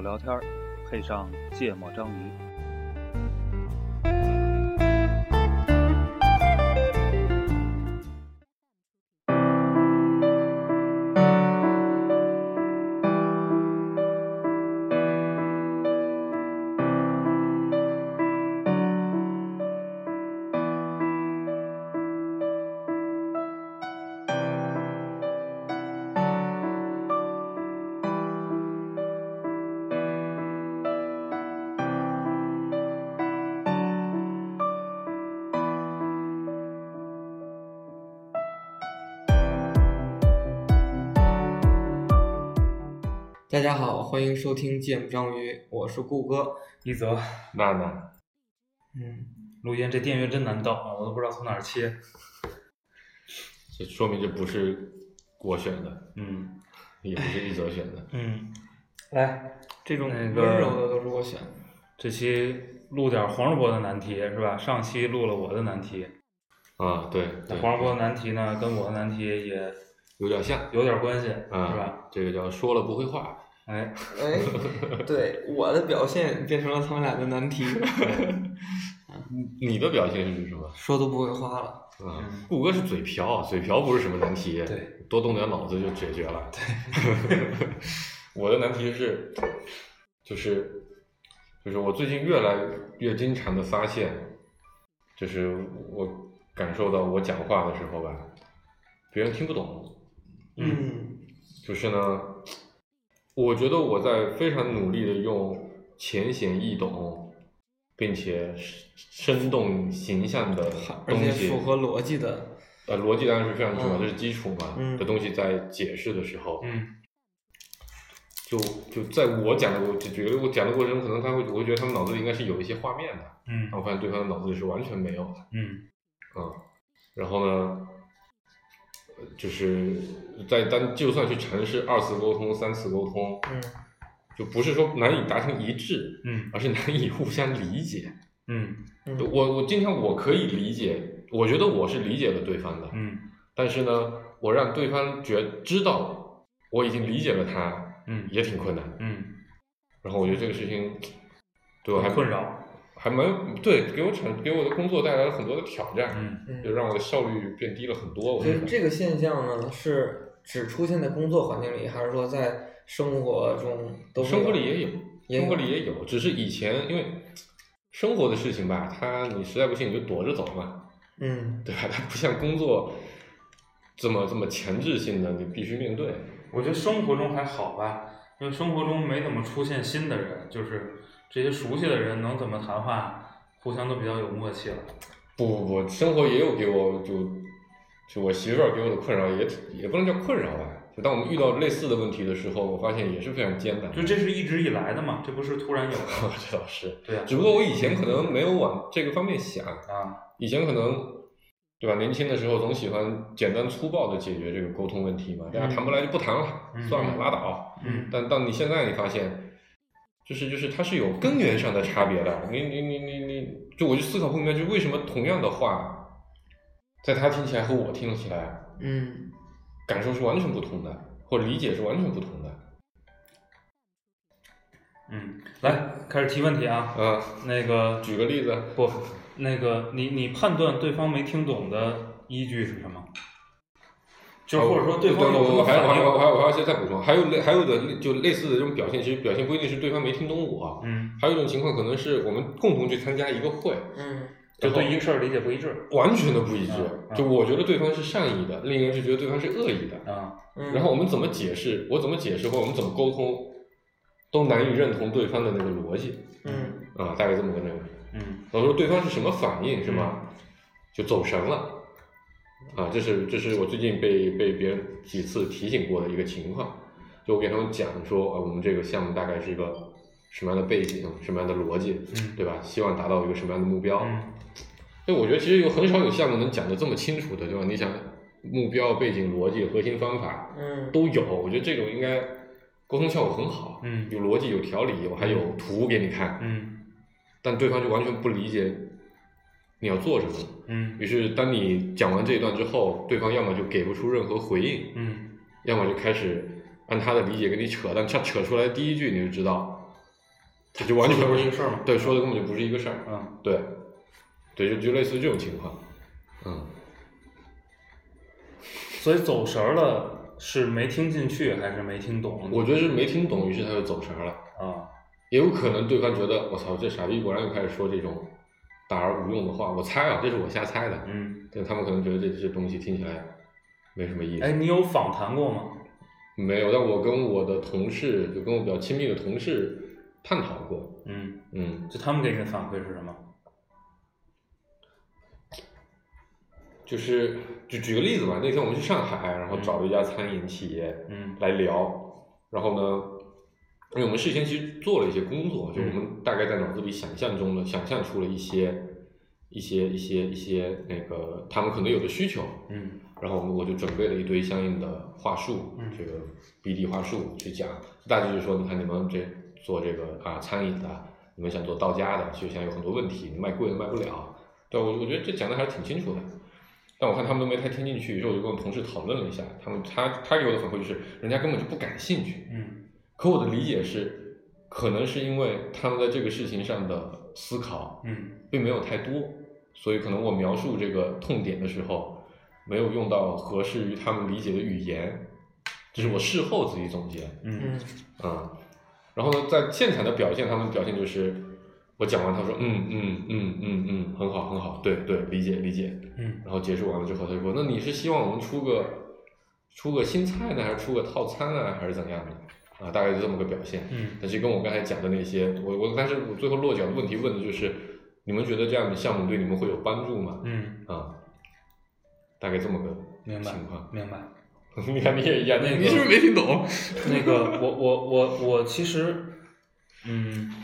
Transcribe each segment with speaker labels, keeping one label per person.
Speaker 1: 聊天，配上芥末章鱼。
Speaker 2: 大家好，欢迎收听《芥末章鱼》，我是顾哥。
Speaker 3: 一泽，
Speaker 4: 娜娜，
Speaker 2: 嗯，
Speaker 3: 陆烟这电源真难倒啊，我都不知道从哪儿切。
Speaker 4: 这说明这不是我选的，
Speaker 3: 嗯
Speaker 4: 也不是一泽选的。
Speaker 3: 嗯，来，
Speaker 2: 这种
Speaker 3: 那
Speaker 2: 温
Speaker 3: 个
Speaker 2: 柔的都是我 选的。
Speaker 3: 这期录点黄世博的难题是吧？上期录了我的难题，
Speaker 4: 啊，对，
Speaker 3: 那
Speaker 4: 对
Speaker 3: 黄世博的难题呢，跟我的难题也
Speaker 4: 有点像，
Speaker 3: 有点关系，
Speaker 4: 啊，
Speaker 3: 是吧？？
Speaker 4: 这个叫说了不会话，
Speaker 3: 哎，
Speaker 2: 哎，对，我的表现变成了他们俩的难 题，
Speaker 4: 你你的表现是什么？
Speaker 2: 说都不会话了。
Speaker 4: 啊
Speaker 3: 嗯，
Speaker 4: 顾哥是嘴瓢，啊嘴瓢不是什么难题，
Speaker 3: 对，
Speaker 4: 多动点脑子就解决了。 我的难题是，就是就是我最近越来越经常的发现，就是我感受到我讲话的时候吧，别人听不懂。
Speaker 3: 嗯
Speaker 2: 嗯
Speaker 4: 就是呢，我觉得我在非常努力的用浅显易懂，并且生动形象的
Speaker 2: 嗯而
Speaker 4: 东
Speaker 2: 且
Speaker 4: 西，
Speaker 2: 符合逻辑的，
Speaker 4: 呃，逻辑当然是非常重要，
Speaker 2: 嗯
Speaker 4: 这是基础嘛、
Speaker 2: 嗯
Speaker 4: 的东西，在解释的时候，
Speaker 3: 嗯
Speaker 4: 就就在我讲的，我就觉得我讲的过程中，可能他会，我会觉得他们脑子里应该是有一些画面的，
Speaker 3: 嗯
Speaker 4: 但我发现对方的脑子里是完全没有的。
Speaker 3: 嗯
Speaker 4: 嗯，然后呢，呃就是在当就算去尝试二次沟通、三次沟通，
Speaker 2: 嗯
Speaker 4: 就不是说难以达成一致，
Speaker 3: 嗯
Speaker 4: 而是难以互相理解。
Speaker 3: 嗯
Speaker 4: 就
Speaker 2: 嗯
Speaker 4: 我我经常我可以理解，我觉得我是理解了对方的，
Speaker 3: 嗯
Speaker 4: 但是呢，我让对方觉知道我已经理解了他，
Speaker 3: 嗯
Speaker 4: 也挺困难。
Speaker 3: 嗯，
Speaker 4: 然后我觉得这个事情对我还
Speaker 3: 很困，扰，
Speaker 4: 还蛮对，给我产给我的工作带来了很多的挑战，
Speaker 3: 嗯
Speaker 2: 嗯
Speaker 4: 就让我的效率变低了很多。我
Speaker 2: 所
Speaker 4: 觉
Speaker 2: 以
Speaker 4: 得
Speaker 2: 这个现象呢，是只出现在工作环境里，还是说在生活中都会有
Speaker 4: 生活里也有，
Speaker 2: 也有
Speaker 4: 生活里也有，只是以前因为生活的事情吧，他你实在不行你就躲着走嘛。
Speaker 2: 嗯
Speaker 4: 对吧？它不像工作这么这么强制性的，你必须面对。
Speaker 3: 我觉得生活中还好吧，因为生活中没怎么出现新的人，就是这些熟悉的人能怎么谈话，互相都比较有默契了。
Speaker 4: 不不不，生活也有给我就就我媳妇儿给我的困扰也挺，也不能叫困扰吧。就当我们遇到类似的问题的时候，我发现也是非常艰难。
Speaker 3: 就 这是一直以来的嘛，这不是突然有的。
Speaker 4: 这倒是，
Speaker 3: 对呀、
Speaker 4: 只不过我以前可能没有往这个方面想，
Speaker 3: 啊，
Speaker 4: 以前可能。对吧？年轻的时候总喜欢简单粗暴的解决这个沟通问题嘛，大家
Speaker 2: 嗯
Speaker 4: 谈不来就不谈了，
Speaker 3: 嗯
Speaker 4: 算了，拉倒。
Speaker 3: 嗯
Speaker 4: 但到你现在，你发现，就是就是它是有根源上的差别的。你你你你你，就我就思考不明白，就为什么同样的话，在他听起来和我听起来
Speaker 2: 嗯
Speaker 4: 感受是完全不同的，或者理解是完全不同的。
Speaker 3: 嗯，来开始提问题啊。
Speaker 4: 啊、
Speaker 3: 那个
Speaker 4: 举个例子，
Speaker 3: 不，那个你你判断对方没听懂的依据是什么？就是或者说对方有什
Speaker 4: 哦我
Speaker 3: 么
Speaker 4: 我还
Speaker 3: 反
Speaker 4: 我还我还
Speaker 3: 应？
Speaker 4: 我还要再补充，还有类还有的类就类似的这种表现，其实表现不一定是对方没听懂我，
Speaker 3: 嗯，
Speaker 4: 还有一种情况可能是我们共同去参加一个会，
Speaker 2: 嗯
Speaker 3: 就对一个事儿理解不一致
Speaker 4: 完全的不一致
Speaker 3: 嗯，嗯
Speaker 4: 就我觉得对方是善意的，另一个人是觉得对方是恶意的。
Speaker 3: 啊。
Speaker 2: 嗯，
Speaker 4: 然后我们怎么解释，我怎么解释，或者我们怎么沟通，都难以认同对方的那个逻辑
Speaker 2: 嗯
Speaker 4: 啊，大概这么个内容。
Speaker 3: 嗯
Speaker 4: 我说对方是什么反应是吗？就走神了啊，这是这是我最近被被别人几次提醒过的一个情况。就我给他们讲说啊，我们这个项目大概是一个什么样的背景，什么样的逻辑，
Speaker 3: 嗯
Speaker 4: 对吧？希望达到一个什么样的目标？
Speaker 3: 嗯
Speaker 4: 所以我觉得其实有很少有项目能讲得这么清楚的，对吧？你想目标、背景、逻辑、核心方法，
Speaker 2: 嗯
Speaker 4: 都有，我觉得这种应该沟通效果很好，
Speaker 3: 嗯
Speaker 4: 有逻辑、有条理，我还有图给你看，
Speaker 3: 嗯
Speaker 4: 但对方就完全不理解你要做什么。
Speaker 3: 嗯
Speaker 4: 于是，当你讲完这一段之后，对方要么就给不出任何回应，
Speaker 3: 嗯
Speaker 4: 要么就开始按他的理解跟你扯，但他扯出来第一句你就知道他就完全
Speaker 3: 说的不是一个事儿嘛
Speaker 4: 对，说的根本就不是一个事儿。
Speaker 3: 嗯，
Speaker 4: 对，对，就就类似于这种情况。嗯，
Speaker 3: 所以走神儿了是没听进去还是没听懂？
Speaker 4: 我觉得是没听懂，于是他就走神儿了。
Speaker 3: 啊，
Speaker 4: 也有可能对方觉得我操，这傻逼果然又开始说这种打而无用的话。我猜啊，这是我瞎猜的。
Speaker 3: 嗯，
Speaker 4: 但他们可能觉得这这东西听起来没什么意思。
Speaker 3: 哎，你有访谈过吗？
Speaker 4: 没有，但我跟我的同事，就跟我比较亲密的同事探讨过。
Speaker 3: 嗯，
Speaker 4: 嗯，
Speaker 3: 就他们给你的反馈是什么？
Speaker 4: 就是就举个例子吧，那天我们去上海，然后找了一家餐饮企业，
Speaker 3: 嗯
Speaker 4: 来聊，然后呢，因为我们事先其实做了一些工作，就我们大概在脑子里想象中的想象出了一些一些一些一些那个他们可能有的需求，
Speaker 3: 嗯
Speaker 4: 然后我们我就准备了一堆相应的话术，
Speaker 3: 嗯
Speaker 4: 这个 BD 话术去讲，大致就说你看你们这做这个啊餐饮的，你们想做到家的，就像有很多问题，你卖贵卖不了，对我我觉得这讲的还是挺清楚的。但我看他们都没太听进去，于是我就跟我同事讨论了一下，他们他他给我的反馈就是，人家根本就不感兴趣。
Speaker 3: 嗯
Speaker 4: 可我的理解是，可能是因为他们在这个事情上的思考
Speaker 3: 嗯
Speaker 4: 并没有太多，所以可能我描述这个痛点的时候，没有用到合适于他们理解的语言，这是我事后自己总结。
Speaker 3: 嗯
Speaker 2: 嗯
Speaker 4: 嗯，然后呢，在现场的表现，他们的表现就是我讲完，他说嗯嗯嗯嗯嗯，很好很好，对对，理解理解。
Speaker 3: 嗯
Speaker 4: 然后结束完了之后，他就说：“那你是希望我们出个出个新菜呢，还是出个套餐呢，还是怎样的？”啊，大概就这么个表现。
Speaker 3: 嗯
Speaker 4: 但是跟我刚才讲的那些，我我但是我最后落脚的问题问的就是，你们觉得这样的项目对你们会有帮助吗？
Speaker 3: 嗯，
Speaker 4: 啊，大概这么个
Speaker 3: 明白
Speaker 4: 情况。
Speaker 3: 明白。
Speaker 4: 你看你也一样，
Speaker 3: 那
Speaker 4: 你
Speaker 3: 个
Speaker 4: 你是不是没听懂？
Speaker 3: 那个，我我我我其实，嗯，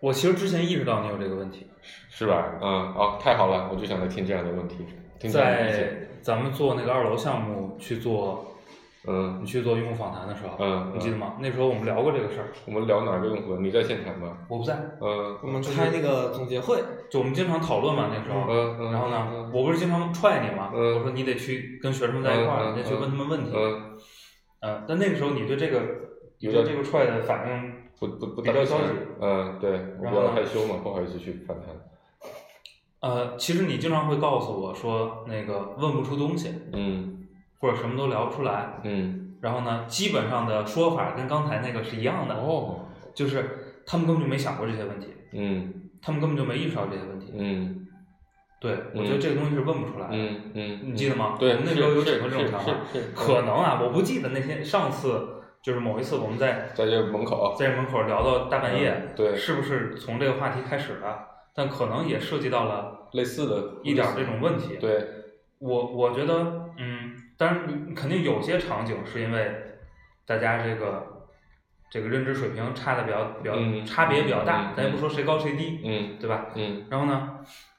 Speaker 3: 我其实之前意识到你有这个问题，
Speaker 4: 是吧？嗯，啊，太好了，我就想来听这样的问题，听这样的意见。
Speaker 3: 在咱们做那个二楼项目去做，
Speaker 4: 嗯
Speaker 3: 你去做用户访谈的时候，
Speaker 4: 嗯，
Speaker 3: 你记得吗？那时候我们聊过这个事儿，
Speaker 4: 我们聊哪个用户？你在现场吗？
Speaker 3: 我不在，
Speaker 4: 嗯
Speaker 2: 我们开那个总结会，
Speaker 3: 就我们经常讨论嘛，那时候。
Speaker 4: 嗯嗯。
Speaker 3: 然后
Speaker 4: 嗯
Speaker 3: 呢，我不是经常踹你嘛，
Speaker 4: 嗯
Speaker 3: 我说你得去跟学生们在一块儿，
Speaker 4: 嗯嗯
Speaker 3: 你得去问他们问题。
Speaker 4: 嗯，
Speaker 3: 嗯，但那个时候你对这个，你
Speaker 4: 有
Speaker 3: 对
Speaker 4: 点
Speaker 3: 这个踹的反应
Speaker 4: 不不不
Speaker 3: 比
Speaker 4: 大家
Speaker 3: 较消
Speaker 4: 想
Speaker 3: 极。
Speaker 4: 嗯，对，我比
Speaker 3: 然后
Speaker 4: 较
Speaker 3: 呢
Speaker 4: 害羞嘛，不好意思去反弹。
Speaker 3: 呃，其实你经常会告诉我说，那个问不出东西，
Speaker 4: 嗯
Speaker 3: 或者什么都聊不出来。
Speaker 4: 嗯，
Speaker 3: 然后呢，基本上的说法跟刚才那个是一样的，
Speaker 4: 哦，
Speaker 3: 就是他们根本就没想过这些问题，
Speaker 4: 嗯
Speaker 3: 他们根本就没意识到这些问题。
Speaker 4: 嗯
Speaker 3: 对，我觉得这个东西是问不出来的。
Speaker 4: 嗯嗯，
Speaker 3: 你记得吗？
Speaker 4: 对
Speaker 3: 我，们那时候有
Speaker 4: 是
Speaker 3: 整个这种想法，
Speaker 4: 是是是
Speaker 3: 可能啊，我不记得那天上次就是某一次我们在
Speaker 4: 在这门口，
Speaker 3: 在门口聊到大半夜，
Speaker 4: 嗯对
Speaker 3: 是不是从这个话题开始的？但可能也涉及到了
Speaker 4: 类似的
Speaker 3: 一点儿这种问题。，
Speaker 4: 对，
Speaker 3: 我我觉得，嗯，当然你肯定有些场景是因为大家这个这个认知水平差的比较比较、
Speaker 4: 嗯
Speaker 3: 差别比较大，
Speaker 4: 嗯
Speaker 3: 咱也不说谁高谁低，
Speaker 4: 嗯
Speaker 3: 对吧？
Speaker 4: 嗯
Speaker 3: 然后呢，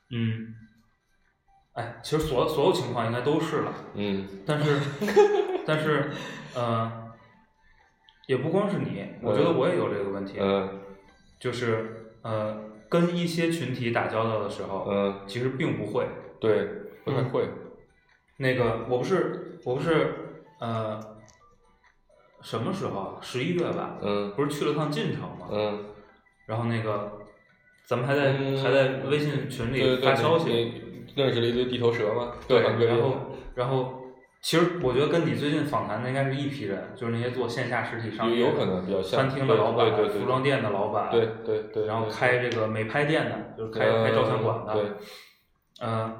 Speaker 3: 嗯，哎，其实所所有情况应该都是了，
Speaker 4: 嗯
Speaker 3: 但是但是，呃，也不光是你，我觉得我也有这个问题，
Speaker 4: 嗯
Speaker 3: 就是呃，跟一些群体打交道的时候，
Speaker 4: 嗯，
Speaker 3: 其实并不会。
Speaker 4: 对，不
Speaker 3: 嗯
Speaker 4: 太会，
Speaker 3: 那个，我不是我不是呃，什么时候啊？十一月吧，
Speaker 4: 嗯
Speaker 3: 不是去了趟晋城吗？
Speaker 4: 嗯，
Speaker 3: 然后那个，咱们还在、
Speaker 4: 嗯
Speaker 3: 还在微信群
Speaker 4: 对对
Speaker 3: 里
Speaker 4: 对，
Speaker 3: 发消息。
Speaker 4: 你你认识了一堆地头蛇吗？
Speaker 3: 对，
Speaker 4: 各行各业
Speaker 3: 然后然后，其实我觉得跟你最近访谈的应该是一批人，就是那些做线下实体商
Speaker 4: 有
Speaker 3: 业，
Speaker 4: 有可能比较像
Speaker 3: 餐厅的老板，
Speaker 4: 对对对对
Speaker 3: 服装店的老板，
Speaker 4: 对对对，
Speaker 3: 然后
Speaker 4: 对
Speaker 3: 开这个美拍店的，就是开、
Speaker 4: 嗯
Speaker 3: 开照相馆的，
Speaker 4: 对，
Speaker 3: 呃，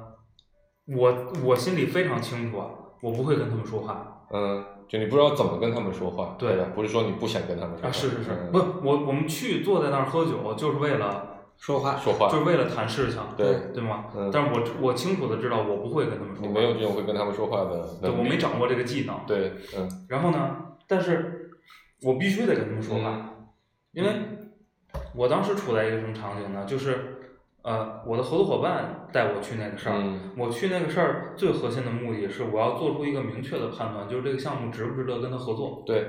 Speaker 3: 我我心里非常清楚啊，我不会跟他们说话
Speaker 4: 嗯，就你不知道怎么跟他们说话，
Speaker 3: 对
Speaker 4: 对吧？不是说你不想跟他们说话，
Speaker 3: 啊，是是是，
Speaker 4: 嗯
Speaker 3: 不，我我们去坐在那儿喝酒，就是为了
Speaker 2: 说话
Speaker 4: 说话
Speaker 3: 就是为了谈事情，
Speaker 4: 对，
Speaker 3: 对吗？
Speaker 4: 嗯
Speaker 3: 但是我我清楚的知道，我不会跟他们说
Speaker 4: 你
Speaker 3: 话，
Speaker 4: 没有这种会跟他们说话的
Speaker 3: 对，
Speaker 4: 能
Speaker 3: 我
Speaker 4: 力，
Speaker 3: 没掌握这个技能，
Speaker 4: 对，嗯
Speaker 3: 然后呢，但是我必须得跟他们说话，
Speaker 4: 嗯
Speaker 3: 因为我当时处在一个什么场景呢？就是呃，我的合作伙伴带我去那个事儿，
Speaker 4: 嗯
Speaker 3: 我去那个事儿最核心的目的是我要做出一个明确的判断，就是这个项目值不值得跟他合作。
Speaker 4: 对，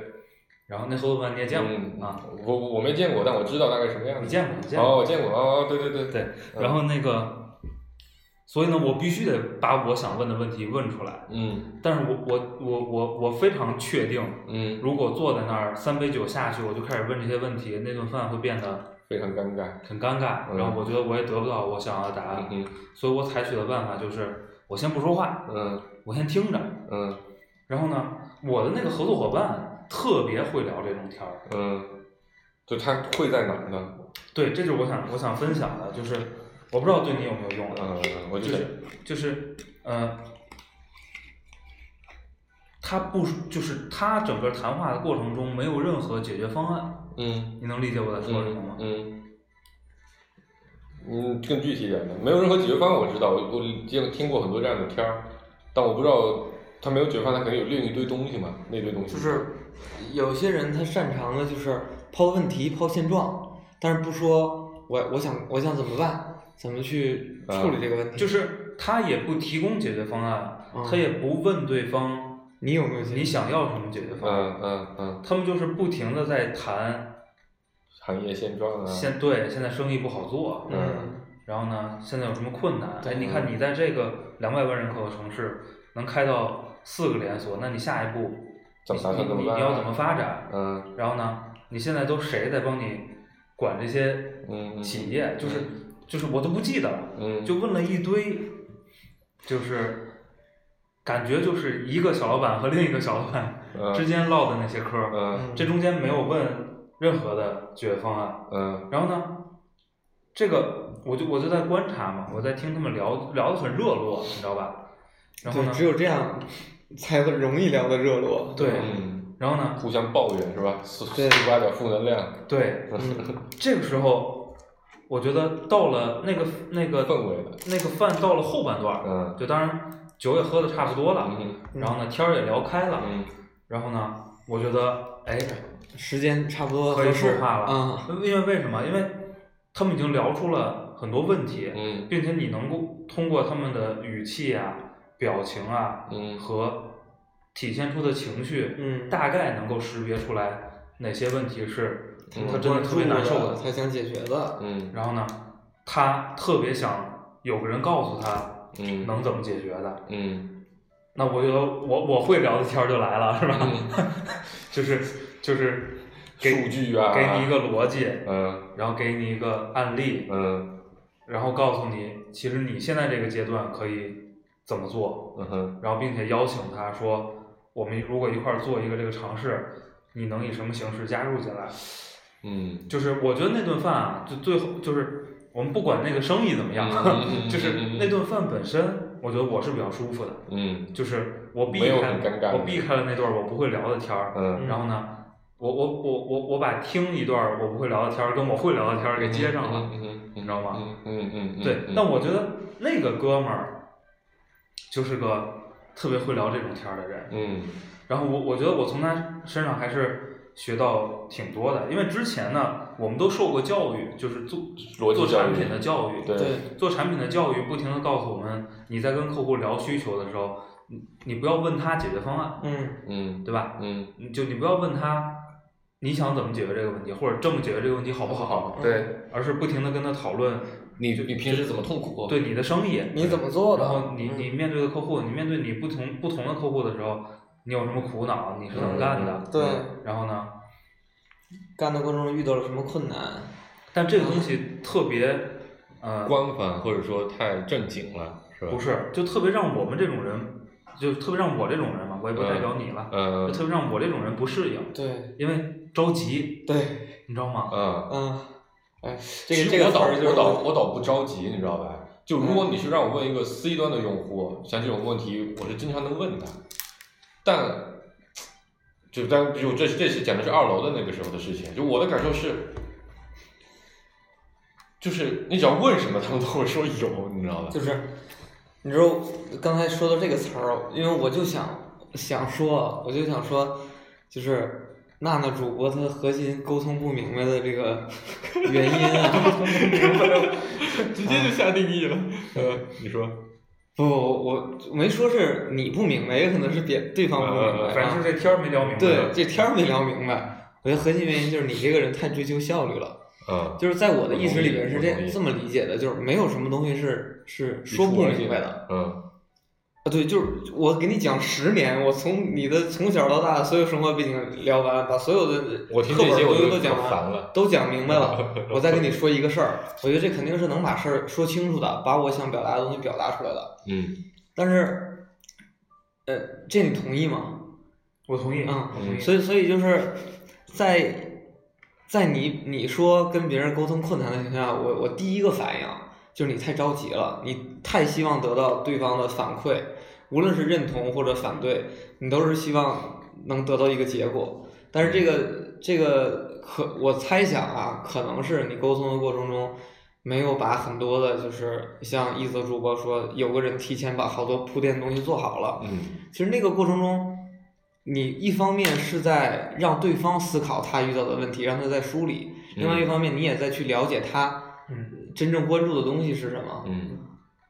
Speaker 3: 然后那合作伙伴你也见过、
Speaker 4: 嗯哦
Speaker 3: 啊，，
Speaker 4: 我我我没见过，但我知道大概什么样
Speaker 3: 你
Speaker 4: 子。
Speaker 3: 见过，你见过。
Speaker 4: 哦，我见过，哦，对对对
Speaker 3: 对，然后那个，所以呢，我必须得把我想问的问题问出来。
Speaker 4: 嗯
Speaker 3: 但是我我我我我非常确定，
Speaker 4: 嗯，
Speaker 3: 如果坐在那儿三杯酒下去，我就开始问这些问题，那顿饭会变得
Speaker 4: 非常尴尬。
Speaker 3: 很尴尬。
Speaker 4: 嗯
Speaker 3: 然后我觉得我也得不到我想要的答案，
Speaker 4: 嗯
Speaker 3: 所以我采取的办法就是我先不说话，
Speaker 4: 嗯
Speaker 3: 我先听着。
Speaker 4: 嗯
Speaker 3: 然后呢，我的那个合作伙伴特别会聊这种天儿。
Speaker 4: 嗯，就他会在哪儿呢？
Speaker 3: 对，这就是我想我想分享的，就是我不知道对你有没有用啊，
Speaker 4: 嗯，我
Speaker 3: 就
Speaker 4: 就想
Speaker 3: 是就是呃，他不就是他整个谈话的过程中没有任何解决方案，
Speaker 4: 嗯
Speaker 3: 你能理解我在说什么吗？
Speaker 4: 嗯。嗯，更具体一点的，没有任何解决方案，我知道，我我听听过很多这样的天儿，但我不知道他没有解决方案，他肯定有另一堆东西嘛，那堆东西
Speaker 2: 就是有些人他擅长的就是抛问题、抛现状，但是不说我我想我想怎么办，怎么去处理这个
Speaker 4: 嗯
Speaker 2: 问题。
Speaker 3: 就是他也不提供解决方案，
Speaker 2: 嗯
Speaker 3: 他也不问对方
Speaker 2: 你有没有解
Speaker 3: 你想要什么解决方案，
Speaker 4: 嗯嗯嗯，
Speaker 3: 他们就是不停的在谈
Speaker 4: 行业现状啊，
Speaker 3: 现对现在生意不好做，
Speaker 2: 嗯
Speaker 3: 然后呢，现在有什么困难？
Speaker 2: 对
Speaker 3: 哎，你看你在这个两百万人口的城市能开到四个连锁，那你下一步
Speaker 4: 怎么打算
Speaker 3: 你
Speaker 4: 怎么
Speaker 3: 你
Speaker 4: 办啊
Speaker 3: 你要怎么发展？
Speaker 4: 嗯
Speaker 3: 然后呢，你现在都谁在帮你管这些
Speaker 4: 嗯嗯
Speaker 3: 企业？就是就是我都不记得了，
Speaker 4: 嗯，
Speaker 3: 就问了一堆，就是感觉就是一个小老板和另一个小老板
Speaker 4: 嗯
Speaker 3: 之间唠的那些嗑儿，
Speaker 4: 嗯
Speaker 3: 这中间没有问任何的解决方案。
Speaker 4: 嗯
Speaker 3: 然后呢，这个我就我就在观察嘛，我在听他们聊聊得很热络，你知道吧？然后
Speaker 2: 对，
Speaker 3: 呢，
Speaker 2: 只有这样才会容易聊得热 络。
Speaker 3: 对
Speaker 4: 嗯，
Speaker 3: 然后呢，
Speaker 4: 互相抱怨是吧？四四
Speaker 2: 对
Speaker 4: 八点负能量
Speaker 3: 对，
Speaker 2: 嗯
Speaker 3: 这个时候我觉得到了那个那个
Speaker 4: 氛围的，
Speaker 3: 那个饭到了后半段儿，
Speaker 4: 嗯
Speaker 3: 就当然酒也喝的差不多了，
Speaker 4: 嗯
Speaker 3: 然后呢天儿也聊开了，
Speaker 4: 嗯
Speaker 3: 然后呢，我觉得哎
Speaker 2: 时间差不多
Speaker 3: 可以
Speaker 2: 合
Speaker 3: 说
Speaker 2: 适
Speaker 3: 话
Speaker 2: 啊
Speaker 3: 了，，因为为什么？因为他们已经聊出了很多问题，
Speaker 4: 嗯
Speaker 3: 并且你能够通过他们的语气啊、表情啊，
Speaker 4: 嗯
Speaker 3: 和体现出的情绪，
Speaker 2: 嗯
Speaker 3: 大概能够识别出来哪些问题是
Speaker 4: 嗯
Speaker 3: 他真的特别难受的。
Speaker 2: 才想解决的。
Speaker 4: 嗯
Speaker 3: 然后呢，他特别想有个人告诉他
Speaker 4: 嗯
Speaker 3: 能怎么解决的。
Speaker 4: 嗯
Speaker 3: 那我觉得我我会聊的天儿就来了，是吧？ 就是就是给
Speaker 4: 嗯数据啊
Speaker 3: 给你一个逻辑，
Speaker 4: 嗯
Speaker 3: 然后给你一个案例，
Speaker 4: 嗯
Speaker 3: 然后告诉你，其实你现在这个阶段可以怎么做。
Speaker 4: 嗯哼
Speaker 3: 然后并且邀请他说，我们如果一块儿做一个这个尝试，你能以什么形式加入进来？
Speaker 4: 嗯
Speaker 3: 就是我觉得那顿饭啊，就最后就是我们不管那个生意怎么样，
Speaker 4: 嗯
Speaker 3: 就是那顿饭本身，我觉得我是比较舒服的，
Speaker 4: 嗯
Speaker 3: 就是我避
Speaker 4: 没
Speaker 3: 开
Speaker 4: 有很尴尬
Speaker 3: 我避开了那段我不会聊的天儿，
Speaker 4: 嗯
Speaker 3: 然后呢，我我我我我把听一段我不会聊的天儿跟我会聊的天儿给接上了，
Speaker 4: 嗯
Speaker 3: 你知道吗？
Speaker 4: 嗯嗯嗯
Speaker 3: 对，但我觉得那个哥们儿就是个特别会聊这种天儿的人，
Speaker 4: 嗯
Speaker 3: 然后我我觉得我从他身上还是学到挺多的，因为之前呢，我们都受过教育，就是做
Speaker 4: 逻辑
Speaker 3: 做
Speaker 4: 教育
Speaker 3: 产品的教育，
Speaker 4: 对
Speaker 2: 对，
Speaker 3: 做产品的教育不停的告诉我们，你在跟客户聊需求的时候，你你不要问他解决方案，
Speaker 2: 嗯
Speaker 4: 嗯
Speaker 3: 对吧？
Speaker 4: 嗯
Speaker 3: 你就你不要问他你想怎么解决这个问题，或者这么解决这个问题好不好，
Speaker 4: 对
Speaker 3: 而是不停的跟他讨论
Speaker 4: 你你平时怎么痛苦？啊
Speaker 3: 对你的生意，
Speaker 2: 你怎么做的？嗯
Speaker 3: 然后你你面对的客户，你面对你不同不同的客户的时候，你有什么苦恼，你是怎么干的？
Speaker 2: 对
Speaker 3: 然后呢，
Speaker 2: 干的过程中遇到了什么困难？
Speaker 3: 但这个东西特别，呃，
Speaker 4: 官方或者说太正经了是吧？
Speaker 3: 不是，就特别让我们这种人，就特别让我这种人嘛，我也不代表你了，就
Speaker 4: 嗯
Speaker 3: 特别让我这种人不适应，
Speaker 2: 对
Speaker 3: 因为着急，
Speaker 2: 对，
Speaker 3: 你知道吗？
Speaker 4: 嗯。
Speaker 2: 嗯，哎，
Speaker 4: 其
Speaker 2: 这个
Speaker 4: 实
Speaker 2: 这个
Speaker 4: 我
Speaker 2: 词
Speaker 4: 倒
Speaker 2: 儿就是嗯
Speaker 4: 我倒我倒不着急，你知道吧？就如果你是让我问一个 C 端的用户，像这种问题，我是经常能问的，但就但就这这是讲的是二楼的那个时候的事情，就我的感受是，就是你只要问什么，他们都会说有，你知道吧？
Speaker 2: 就是，你知道刚才说到这个词儿，因为我就想想说，我就想说，就是娜娜主播她核心沟通不明白的这个原因 啊。
Speaker 4: 直接就下定义了。呃，你说，
Speaker 2: 不，我我没说是你不明白，也可能是别对方不明白、
Speaker 4: 呃
Speaker 2: 啊。
Speaker 3: 反正就是这天儿没聊明白。
Speaker 2: 对这天儿没聊明白，我觉得核心原因就是你这个人太追求效率了。
Speaker 4: 啊，
Speaker 2: 就是在我的意识里边是
Speaker 4: 我同
Speaker 2: 这
Speaker 4: 意
Speaker 2: 这么理解的，就是没有什么东西是是
Speaker 4: 一
Speaker 2: 说
Speaker 4: 出
Speaker 2: 不
Speaker 4: 而进
Speaker 2: 明白的。，
Speaker 4: 嗯
Speaker 2: 啊，对，就是我给你讲十年，我从你的从小到大所有生活背景聊完，把所有的
Speaker 4: 我听
Speaker 2: 课
Speaker 4: 这
Speaker 2: 本
Speaker 4: 些我
Speaker 2: 都
Speaker 4: 就
Speaker 2: 都讲
Speaker 4: 可
Speaker 2: 完
Speaker 4: 烦了
Speaker 2: 都讲明白 了，我再跟你说一个事儿，我觉得这肯定是能把事儿说清楚的，把我想表达的东西表达出来的。
Speaker 4: 嗯，
Speaker 2: 但是，呃，这你同意吗？
Speaker 3: 我同意，
Speaker 2: 嗯
Speaker 3: 我同意。
Speaker 2: 所以，所以就是在在你你说跟别人沟通困难的情况下，我我第一个反应就是你太着急了，你太希望得到对方的反馈，无论是认同或者反对，你都是希望能得到一个结果。但是这
Speaker 3: 嗯
Speaker 2: 个这个可我猜想啊，可能是你沟通的过程中。没有把很多的，就是像一则主播说，有个人提前把好多铺垫的东西做好了，
Speaker 4: 嗯
Speaker 2: 其实那个过程中，你一方面是在让对方思考他遇到的问题，让他在梳理；，另外一方面，你也在去了解他
Speaker 3: 嗯，
Speaker 2: 真正关注的东西是什么
Speaker 4: 嗯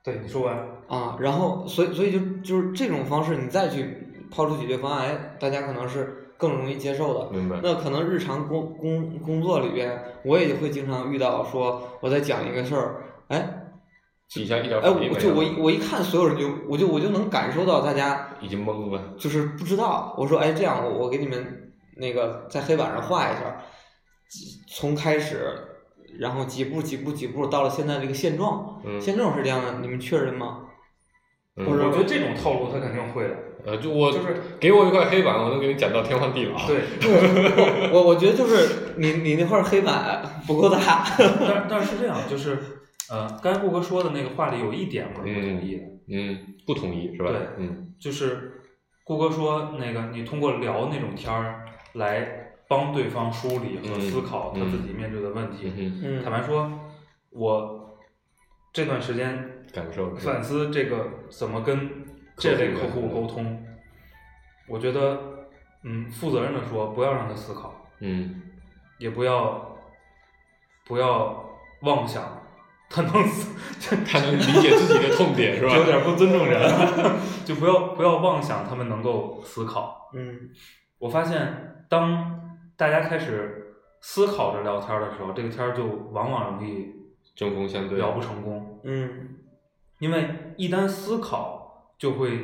Speaker 3: 对，你说完。
Speaker 2: 啊。然后，所以所以就就是这种方式，你再去抛出解决方案，哎，大家可能是更容易接受的。
Speaker 4: 明白，
Speaker 2: 那可能日常工工工作里边，我也会经常遇到说我在讲一个事儿，哎
Speaker 4: 底嗯下一点
Speaker 2: 哎，
Speaker 4: 反应
Speaker 2: 我
Speaker 4: 没
Speaker 2: 就
Speaker 4: 有
Speaker 2: 我一我一看所有人就我就我就能感受到大家
Speaker 4: 已经懵了，
Speaker 2: 就是不知道。我说，哎，这样我我给你们那个在黑板上画一下，几从开始，然后几步几步几步到了现在这个现状，
Speaker 4: 嗯，
Speaker 2: 现状是这样的，你们确认吗？
Speaker 4: 嗯
Speaker 2: 或者
Speaker 3: 我觉得这种套路他肯定会的，
Speaker 4: 呃，就我
Speaker 3: 就是
Speaker 4: 给我一块黑板，我能给你讲到天荒地老，
Speaker 3: 对，
Speaker 2: 我我我觉得就是你你那块黑板不够大，
Speaker 3: 但但是这样，就是呃，该顾哥说的那个话里有一点我是不同意的，
Speaker 4: 嗯，不同意是吧？
Speaker 3: 对
Speaker 4: 嗯
Speaker 3: 就是顾哥说那个你通过聊那种天儿来帮对方梳理和
Speaker 4: 嗯
Speaker 3: 思考他
Speaker 4: 嗯
Speaker 3: 自己面对的问题。
Speaker 4: 嗯哼，
Speaker 2: 嗯
Speaker 3: 坦白说，我这段时间
Speaker 4: 感受是
Speaker 3: 反思这个怎么跟这类客户沟通，我觉得嗯，负责任的说，不要让他思考，
Speaker 4: 嗯
Speaker 3: 也不要不要妄想他能思，
Speaker 4: 他能理解自己的痛点是吧？
Speaker 3: 有点不尊重人， 就不要不要妄想他们能够思考。
Speaker 2: 嗯
Speaker 3: 我发现，当大家开始思考着聊天儿的时候，这个天儿就往往容易
Speaker 4: 针锋相对，
Speaker 3: 聊不成功，
Speaker 2: 嗯
Speaker 3: 因为一旦思考，就会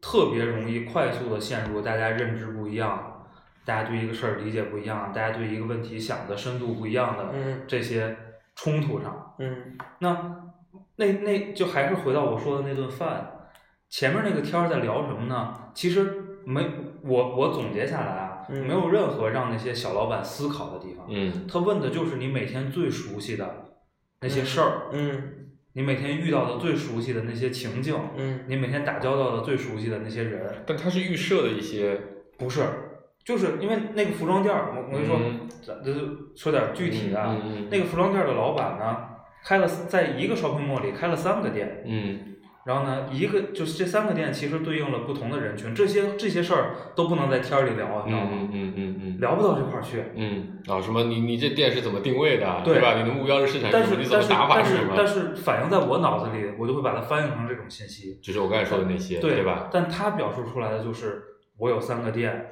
Speaker 3: 特别容易快速的陷入大家认知不一样，大家对一个事儿理解不一样，大家对一个问题想的深度不一样的
Speaker 2: 嗯
Speaker 3: 这些冲突上。
Speaker 2: 嗯
Speaker 3: 那那那就还是回到我说的那顿饭，前面那个天儿在聊什么呢？其实没我我总结下来啊，
Speaker 2: 嗯
Speaker 3: 没有任何让那些小老板思考的地方。
Speaker 4: 嗯
Speaker 3: 他问的就是你每天最熟悉的那些事儿，
Speaker 2: 嗯
Speaker 3: 你每天遇到的最熟悉的那些情境，
Speaker 2: 嗯
Speaker 3: 你每天打交道的最熟悉的那些人，
Speaker 4: 但它是预设的一些，
Speaker 3: 不是，就是因为那个服装店儿，我我跟你说，
Speaker 4: 嗯
Speaker 3: 咱咱就说点具体的啊，
Speaker 4: 嗯嗯
Speaker 3: 那个服装店儿的老板呢，开了在一个 shopping mall 里开了三个店。
Speaker 4: 嗯
Speaker 3: 然后呢，一个就是这三个店其实对应了不同的人群，这些这些事儿都不能在天儿里
Speaker 4: 嗯
Speaker 3: 聊，你知道吗？
Speaker 4: 嗯嗯嗯嗯
Speaker 3: 聊不到这块儿去。
Speaker 4: 嗯啊，什么你你这店是怎么定位的，啊
Speaker 3: 对
Speaker 4: 对吧？你的目标是市场
Speaker 3: 但
Speaker 4: 什
Speaker 3: 是
Speaker 4: 么？你怎
Speaker 3: 但
Speaker 4: 么
Speaker 3: 是
Speaker 4: 打法
Speaker 3: 但
Speaker 4: 是什
Speaker 3: 是
Speaker 4: 么？
Speaker 3: 但是反映在我脑子里，我就会把它翻译成这种信息，
Speaker 4: 就是我刚才说的那些，
Speaker 3: 对
Speaker 4: 吧？？
Speaker 3: 但他表述出来的就是我有三个店，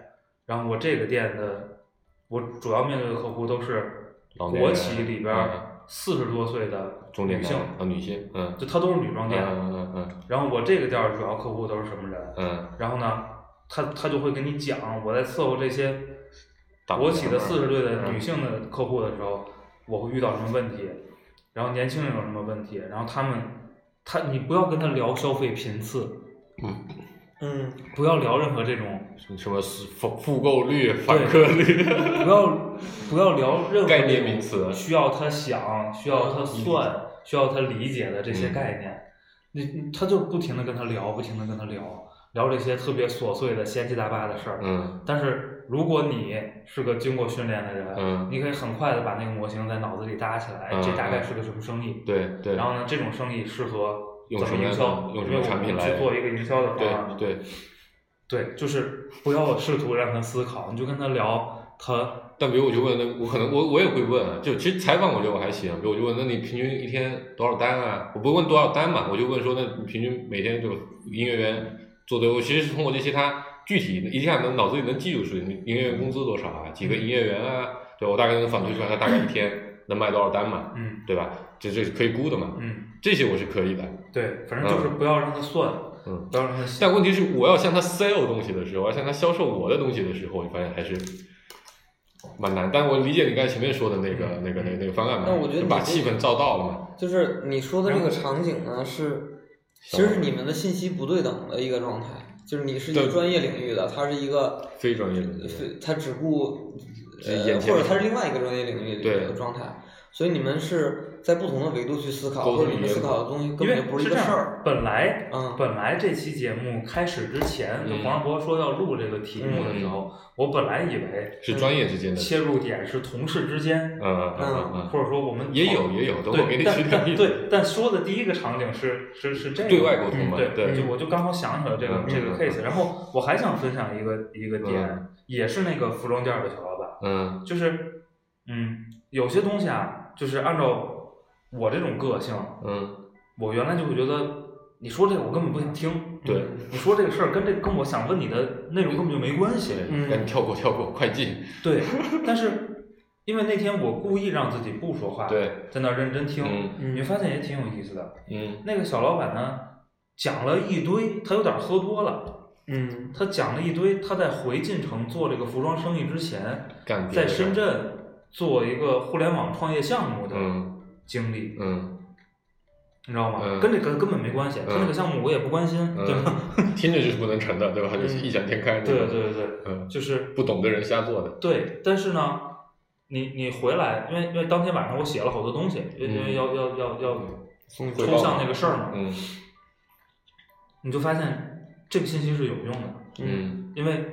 Speaker 3: 然后我这个店的我主要面对的客户都是
Speaker 4: 老年人
Speaker 3: 国企里边
Speaker 4: 嗯
Speaker 3: 四十多岁的
Speaker 4: 中年
Speaker 3: 女
Speaker 4: 男
Speaker 3: 性，
Speaker 4: 啊，女性，嗯
Speaker 3: 就她都是女
Speaker 4: 嗯
Speaker 3: 装店。
Speaker 4: 嗯嗯
Speaker 3: 然后我这个店儿主要客户都是什么人？
Speaker 4: 嗯
Speaker 3: 然后呢，他他就会给你讲，我在伺候这些
Speaker 4: 大
Speaker 3: 国企
Speaker 4: 部
Speaker 3: 的四
Speaker 4: 分
Speaker 3: 十
Speaker 4: 人
Speaker 3: 岁的
Speaker 4: 嗯
Speaker 3: 女性的客户的时候，我会遇到什么问题，然后年轻人有什么问题，然后他们他你不要跟他聊消费频次，
Speaker 2: 嗯
Speaker 3: 不要聊任何这种，
Speaker 4: 嗯，什么是复复购率、返客率，
Speaker 3: 不要不要聊任何
Speaker 4: 概念名词嗯
Speaker 3: 需要他想、需要他算、需要他理解的这些概念，你你他就不停的跟他聊，不停的跟他聊，聊这些特别琐碎的闲七杂八的事儿，
Speaker 4: 嗯
Speaker 3: 但是如果你是个经过训练的人，
Speaker 4: 嗯
Speaker 3: 你可以很快的把那个模型在脑子里搭起来，
Speaker 4: 嗯
Speaker 3: 这大概是个什么生意。
Speaker 4: 对对，
Speaker 3: 然后呢，这种生意适合
Speaker 4: 用
Speaker 3: 怎
Speaker 4: 什么
Speaker 3: 营销？
Speaker 4: 用什么
Speaker 3: 因为我
Speaker 4: 产品
Speaker 3: 们
Speaker 4: 来
Speaker 3: 去做一个营销的方案？
Speaker 4: 对对，
Speaker 3: 对就是不要试图让他思考，你就跟他聊他
Speaker 4: 但比如我就问，那我可能我我也会问啊，就其实采访我觉得我还行，比如我就问，那你平均一天多少单啊？我不问多少单嘛，我就问说，那你平均每天就营业员做的，我其实是通过这些他具体一下能脑子里能记住数据，营业员工资多少啊，几个营业员啊，对我大概能反推出来他大概一天能卖多少单嘛，
Speaker 3: 嗯
Speaker 4: 对吧？这这是可以估的嘛，
Speaker 3: 嗯，
Speaker 4: 这些我是可以的。
Speaker 3: 对，反正就是不要让他算，
Speaker 4: 嗯
Speaker 3: 不要让他想。
Speaker 4: 但问题是，我要向他 sell 东西的时候，我要向他销售我的东西的时候，我就发现还是蛮难。但我理解你刚才前面说的那个、
Speaker 3: 嗯
Speaker 4: 那个、那个、那个方案嘛，
Speaker 2: 但我觉得
Speaker 4: 就把
Speaker 2: 你这
Speaker 4: 气氛造到了嘛。
Speaker 2: 就是你说的这
Speaker 4: 嗯
Speaker 2: 个场景呢，是其实是你们的信息不对等的一个状态，就是你是一个
Speaker 4: 对
Speaker 2: 专业领域的，他是一个
Speaker 4: 非专业领域
Speaker 2: 呃非他只顾
Speaker 4: 只
Speaker 2: 呃
Speaker 4: 眼
Speaker 2: 或
Speaker 4: 前
Speaker 2: 者他是另外一个专业领域
Speaker 4: 对
Speaker 2: 的状态，所以你们是在不同的维度去思考，
Speaker 4: 沟
Speaker 2: 或
Speaker 4: 通
Speaker 2: 者你们
Speaker 4: 理念
Speaker 2: 思考的东西根
Speaker 3: 因
Speaker 2: 本
Speaker 3: 为
Speaker 2: 就不
Speaker 3: 是
Speaker 2: 一个
Speaker 3: 这
Speaker 2: 事
Speaker 3: 样
Speaker 2: 儿，，
Speaker 3: 本来
Speaker 2: 嗯
Speaker 3: 本来这期节目开始之前，就
Speaker 4: 嗯
Speaker 3: 黄世博说要录这个题目的时候，我本来以为
Speaker 4: 是专业之间的，
Speaker 3: 切入点是同事之间，
Speaker 4: 嗯嗯嗯嗯
Speaker 3: 或者说我们
Speaker 4: 也有也有，等我给
Speaker 3: 对，
Speaker 4: 你
Speaker 3: 但
Speaker 4: 举两个
Speaker 3: 但
Speaker 4: 例
Speaker 3: 对
Speaker 4: 子。，
Speaker 3: 但说的第一个场景是是是这个
Speaker 4: 对外沟通嘛
Speaker 3: 嗯对，
Speaker 4: 对
Speaker 3: 就我就刚好想起来这个
Speaker 4: 嗯
Speaker 3: 这个
Speaker 4: 嗯
Speaker 3: case，然后我还想分享一个一个点，也是那个服装店儿的小老板，
Speaker 4: 嗯
Speaker 3: 就是嗯，有些东西啊，就是按照我这种个性，
Speaker 4: 嗯，
Speaker 3: 我原来就会觉得你说这个我根本不想听，
Speaker 4: 对
Speaker 3: 嗯，你说这个事儿跟这跟我想问你的内容根本就没关系，
Speaker 4: 对，
Speaker 2: 嗯
Speaker 4: 赶紧跳过跳过，快进。
Speaker 3: 对，但是因为那天我故意让自己不说话，，
Speaker 4: 对，
Speaker 3: 在那儿认真听，
Speaker 4: 嗯
Speaker 2: 嗯
Speaker 3: 你会发现也挺有意思的。
Speaker 4: 嗯
Speaker 3: 那个小老板呢，讲了一堆，他有点喝多了，
Speaker 2: 嗯
Speaker 3: 他讲了一堆，他在回晋城做这个服装生意之前，
Speaker 4: 干别
Speaker 3: 在
Speaker 4: 的
Speaker 3: 深圳做一个互联网创业项目的
Speaker 4: 嗯
Speaker 3: 经历，
Speaker 4: 嗯
Speaker 3: 你知道吗？
Speaker 4: 嗯
Speaker 3: 跟这个根本没关系，他那个项目我也不关心，对吧？
Speaker 4: 嗯，听着就是不能成的，对吧？就是异想天开。
Speaker 3: 对对，对对，
Speaker 4: 嗯，
Speaker 3: 就是
Speaker 4: 不懂的人瞎做的。
Speaker 3: 对，但是呢，你你回来，因为因为当天晚上我写了好多东西，因为因为要要要要
Speaker 2: 嗯松
Speaker 4: 汇
Speaker 3: 抽
Speaker 4: 报
Speaker 3: 象
Speaker 4: 嘛
Speaker 3: 那个事儿嘛，
Speaker 4: 嗯
Speaker 3: 你就发现这个信息是有用的，
Speaker 4: 嗯
Speaker 3: 因为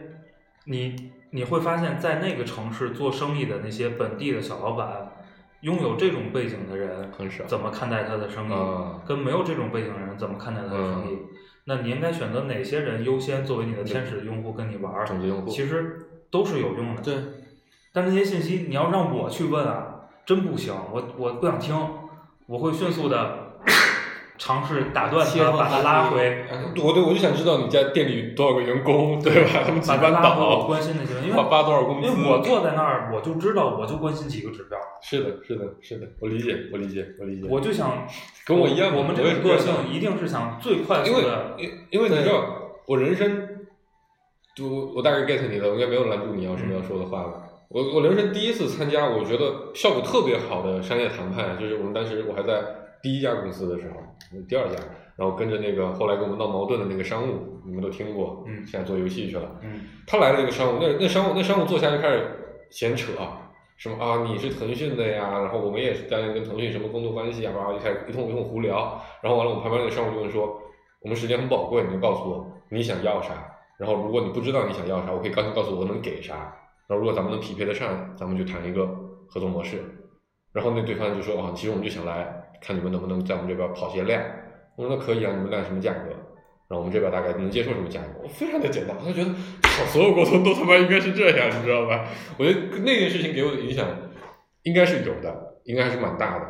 Speaker 3: 你你会发现在那个城市做生意的那些本地的小老板，拥有这种背景的人
Speaker 4: 嗯很
Speaker 2: 啊
Speaker 4: 少
Speaker 3: 怎么看待他的生意，
Speaker 2: 嗯
Speaker 4: 啊
Speaker 3: 跟没有这种背景的人怎么看待他的生意。那你应该选择哪些人优先作为你的天使用户跟你玩儿？
Speaker 4: 种子用户
Speaker 3: 其实都是有用的。
Speaker 2: 对，
Speaker 3: 但这些信息你要让我去问啊，真不行，我我不想听，我会迅速的 尝试打断
Speaker 2: 切
Speaker 3: 他，
Speaker 2: 换
Speaker 3: 把他
Speaker 2: 话
Speaker 3: 拉
Speaker 2: 题
Speaker 3: 回，
Speaker 2: 嗯
Speaker 4: 哎我对我就想知道你家店里多少个员工，对吧？他们几
Speaker 3: 把他
Speaker 4: 班
Speaker 3: 拉回我
Speaker 4: 倒，
Speaker 3: 关心的新闻，因为
Speaker 4: 发发多少工资？
Speaker 3: 因为我坐在那儿，我就知道，我就关心几个指标，
Speaker 4: 是的，是的，是的，我理解，我理解，我理解。
Speaker 3: 我就想
Speaker 4: 跟我一样，
Speaker 3: 我们这
Speaker 4: 也
Speaker 3: 个
Speaker 4: 是
Speaker 3: 个
Speaker 4: 这样
Speaker 3: 性一定是想最快
Speaker 4: 因
Speaker 3: 速
Speaker 4: 为
Speaker 3: 的，
Speaker 4: 因因为你知道，我人生，就我大概 get 你的，我应该没有拦住你要什么要说的话吧。我我人生第一次参加，我觉得效果特别好的商业谈判，就是我们当时我还在第一家公司的时候，第二家，然后跟着那个后来跟我们闹矛盾的那个商务，你们都听过，
Speaker 3: 嗯
Speaker 4: 现在做游戏去了，
Speaker 3: 嗯
Speaker 4: 他来了一个商务，那那商务那商务坐下就开始闲扯，什么啊你是腾讯的呀，然后我们也是在跟腾讯什么工作关系啊，然后就开始一通一通胡聊，然后完了我旁边那个商务就问说，我们时间很宝贵，你就告诉我你想要啥，然后如果你不知道你想要啥，我可以告诉告诉我我能给啥，然后如果咱们能匹配得上，咱们就谈一个合作模式，然后那对方就说啊，其实我们就想来看你们能不能在我们这边跑些量，我说那可以啊，你们量什么价格？然后我们这边大概能接受什么价格？我非常的简单，我就觉得操，所有沟通都他妈应该是这样，你知道吧？我觉得那件事情给我的影响应该是有的，应该还是蛮大的。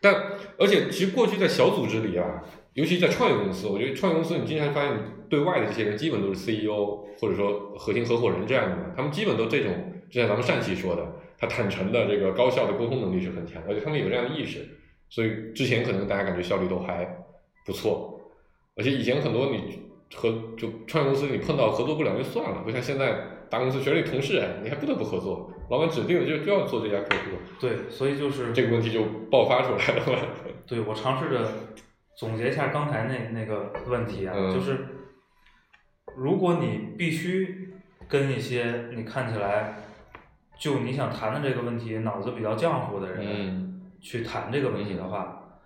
Speaker 4: 但而且其实过去在小组织里啊，尤其在创业公司，我觉得创业公司你经常发现你对外的这些人基本都是 CEO 或者说核心合伙人这样的嘛，他们基本都这种，就像咱们上期说的，他坦诚的这个高效的沟通能力是很强的，而且他们有这样的意识，所以之前可能大家感觉效率都还不错，而且以前很多你和就创业公司你碰到合作不了就算了，不像现在大公司全是同事，啊你还不得不合作，老板指定的就就要做这家客户，
Speaker 3: 对，所以就是
Speaker 4: 这个问题就爆发出来了 嘛。
Speaker 3: 对我尝试着总结一下刚才那那个问题啊，
Speaker 4: 嗯
Speaker 3: 就是如果你必须跟一些你看起来就你想谈的这个问题脑子比较浆糊的人，
Speaker 4: 嗯
Speaker 3: 去谈这个问题的话，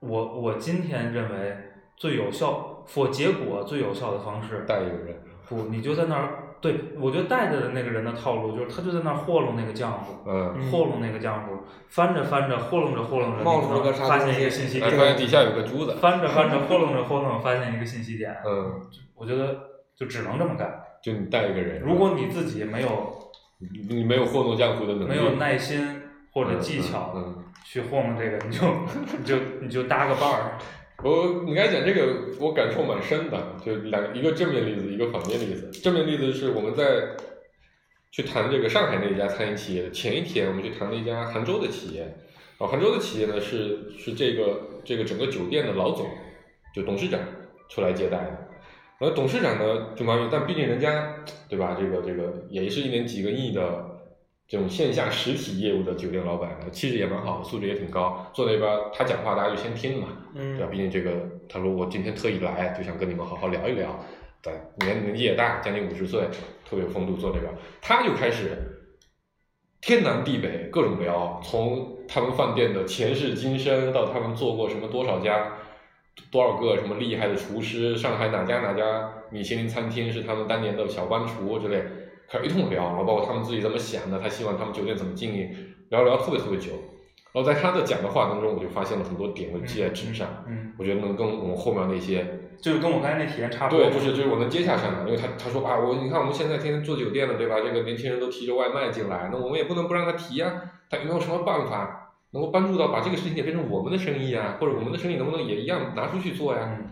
Speaker 3: 我我今天认为最有效 for 结果最有效的方式，
Speaker 4: 带一个人，
Speaker 3: 不，你就在那儿，对我觉得带着的那个人的套路就是他就在那儿和弄那个浆糊，
Speaker 4: 嗯，
Speaker 2: 嗯
Speaker 3: 糊弄那个浆糊，翻着翻着和弄着和弄着，
Speaker 2: 冒出了个啥
Speaker 3: 发
Speaker 2: 东
Speaker 3: 嗯现一个
Speaker 2: 西
Speaker 3: 信息
Speaker 4: 哎
Speaker 3: 点，
Speaker 4: 发现底下有个珠子，
Speaker 3: 翻着翻着和弄着和弄着，发现一个信息点，
Speaker 4: 嗯，
Speaker 3: 我觉得就只能这么干。
Speaker 4: 就你带一个人，
Speaker 3: 如果你自己没有
Speaker 4: 你你没有糊弄江湖的能力，嗯
Speaker 3: 没有耐心或者技巧
Speaker 4: 嗯。嗯嗯
Speaker 3: 去和弄这个，你就你就你就搭个伴儿，
Speaker 4: 我你刚才讲这个，我感受蛮深的，就两一个正面例子，一个反面例子。正面例子是我们在去谈这个上海那一家餐饮企业的前一天，我们去谈了一家杭州的企业，然后杭州的企业呢是是这个这个整个酒店的老总，就董事长出来接待的。然后董事长呢就忙于，但毕竟人家对吧，这个这个也是一年几个亿的这种线下实体业务的酒店老板，气质也蛮好，素质也挺高，坐那边儿他讲话大家就先听嘛，对吧？
Speaker 2: 嗯
Speaker 4: 毕竟这个，他说我今天特意来，就想跟你们好好聊一聊。对，年年纪也大，将近五十岁，特别有风度，坐这边，他就开始天南地北各种聊，从他们饭店的前世今生到他们做过什么多少家、多少个什么厉害的厨师，上海哪家哪家米其林餐厅是他们当年的小班厨之类，开始一通聊，然后包括他们自己怎么想的，他希望他们酒店怎么经营，聊聊特别特别久。然后在他的讲的话当中，我就发现了很多点，我记在纸上。
Speaker 3: 嗯，
Speaker 4: 我觉得能跟我们后面那些，
Speaker 3: 就是跟我刚才那体验差不多。
Speaker 4: 对，就是就是我能接下上的，因为他他说啊，我你看我们现在天天做酒店了，对吧？这个年轻人都提着外卖进来，那我们也不能不让他提呀、他有没有什么办法能够帮助到把这个事情也变成我们的生意啊？或者我们的生意能不能也一样拿出去做呀、
Speaker 3: 嗯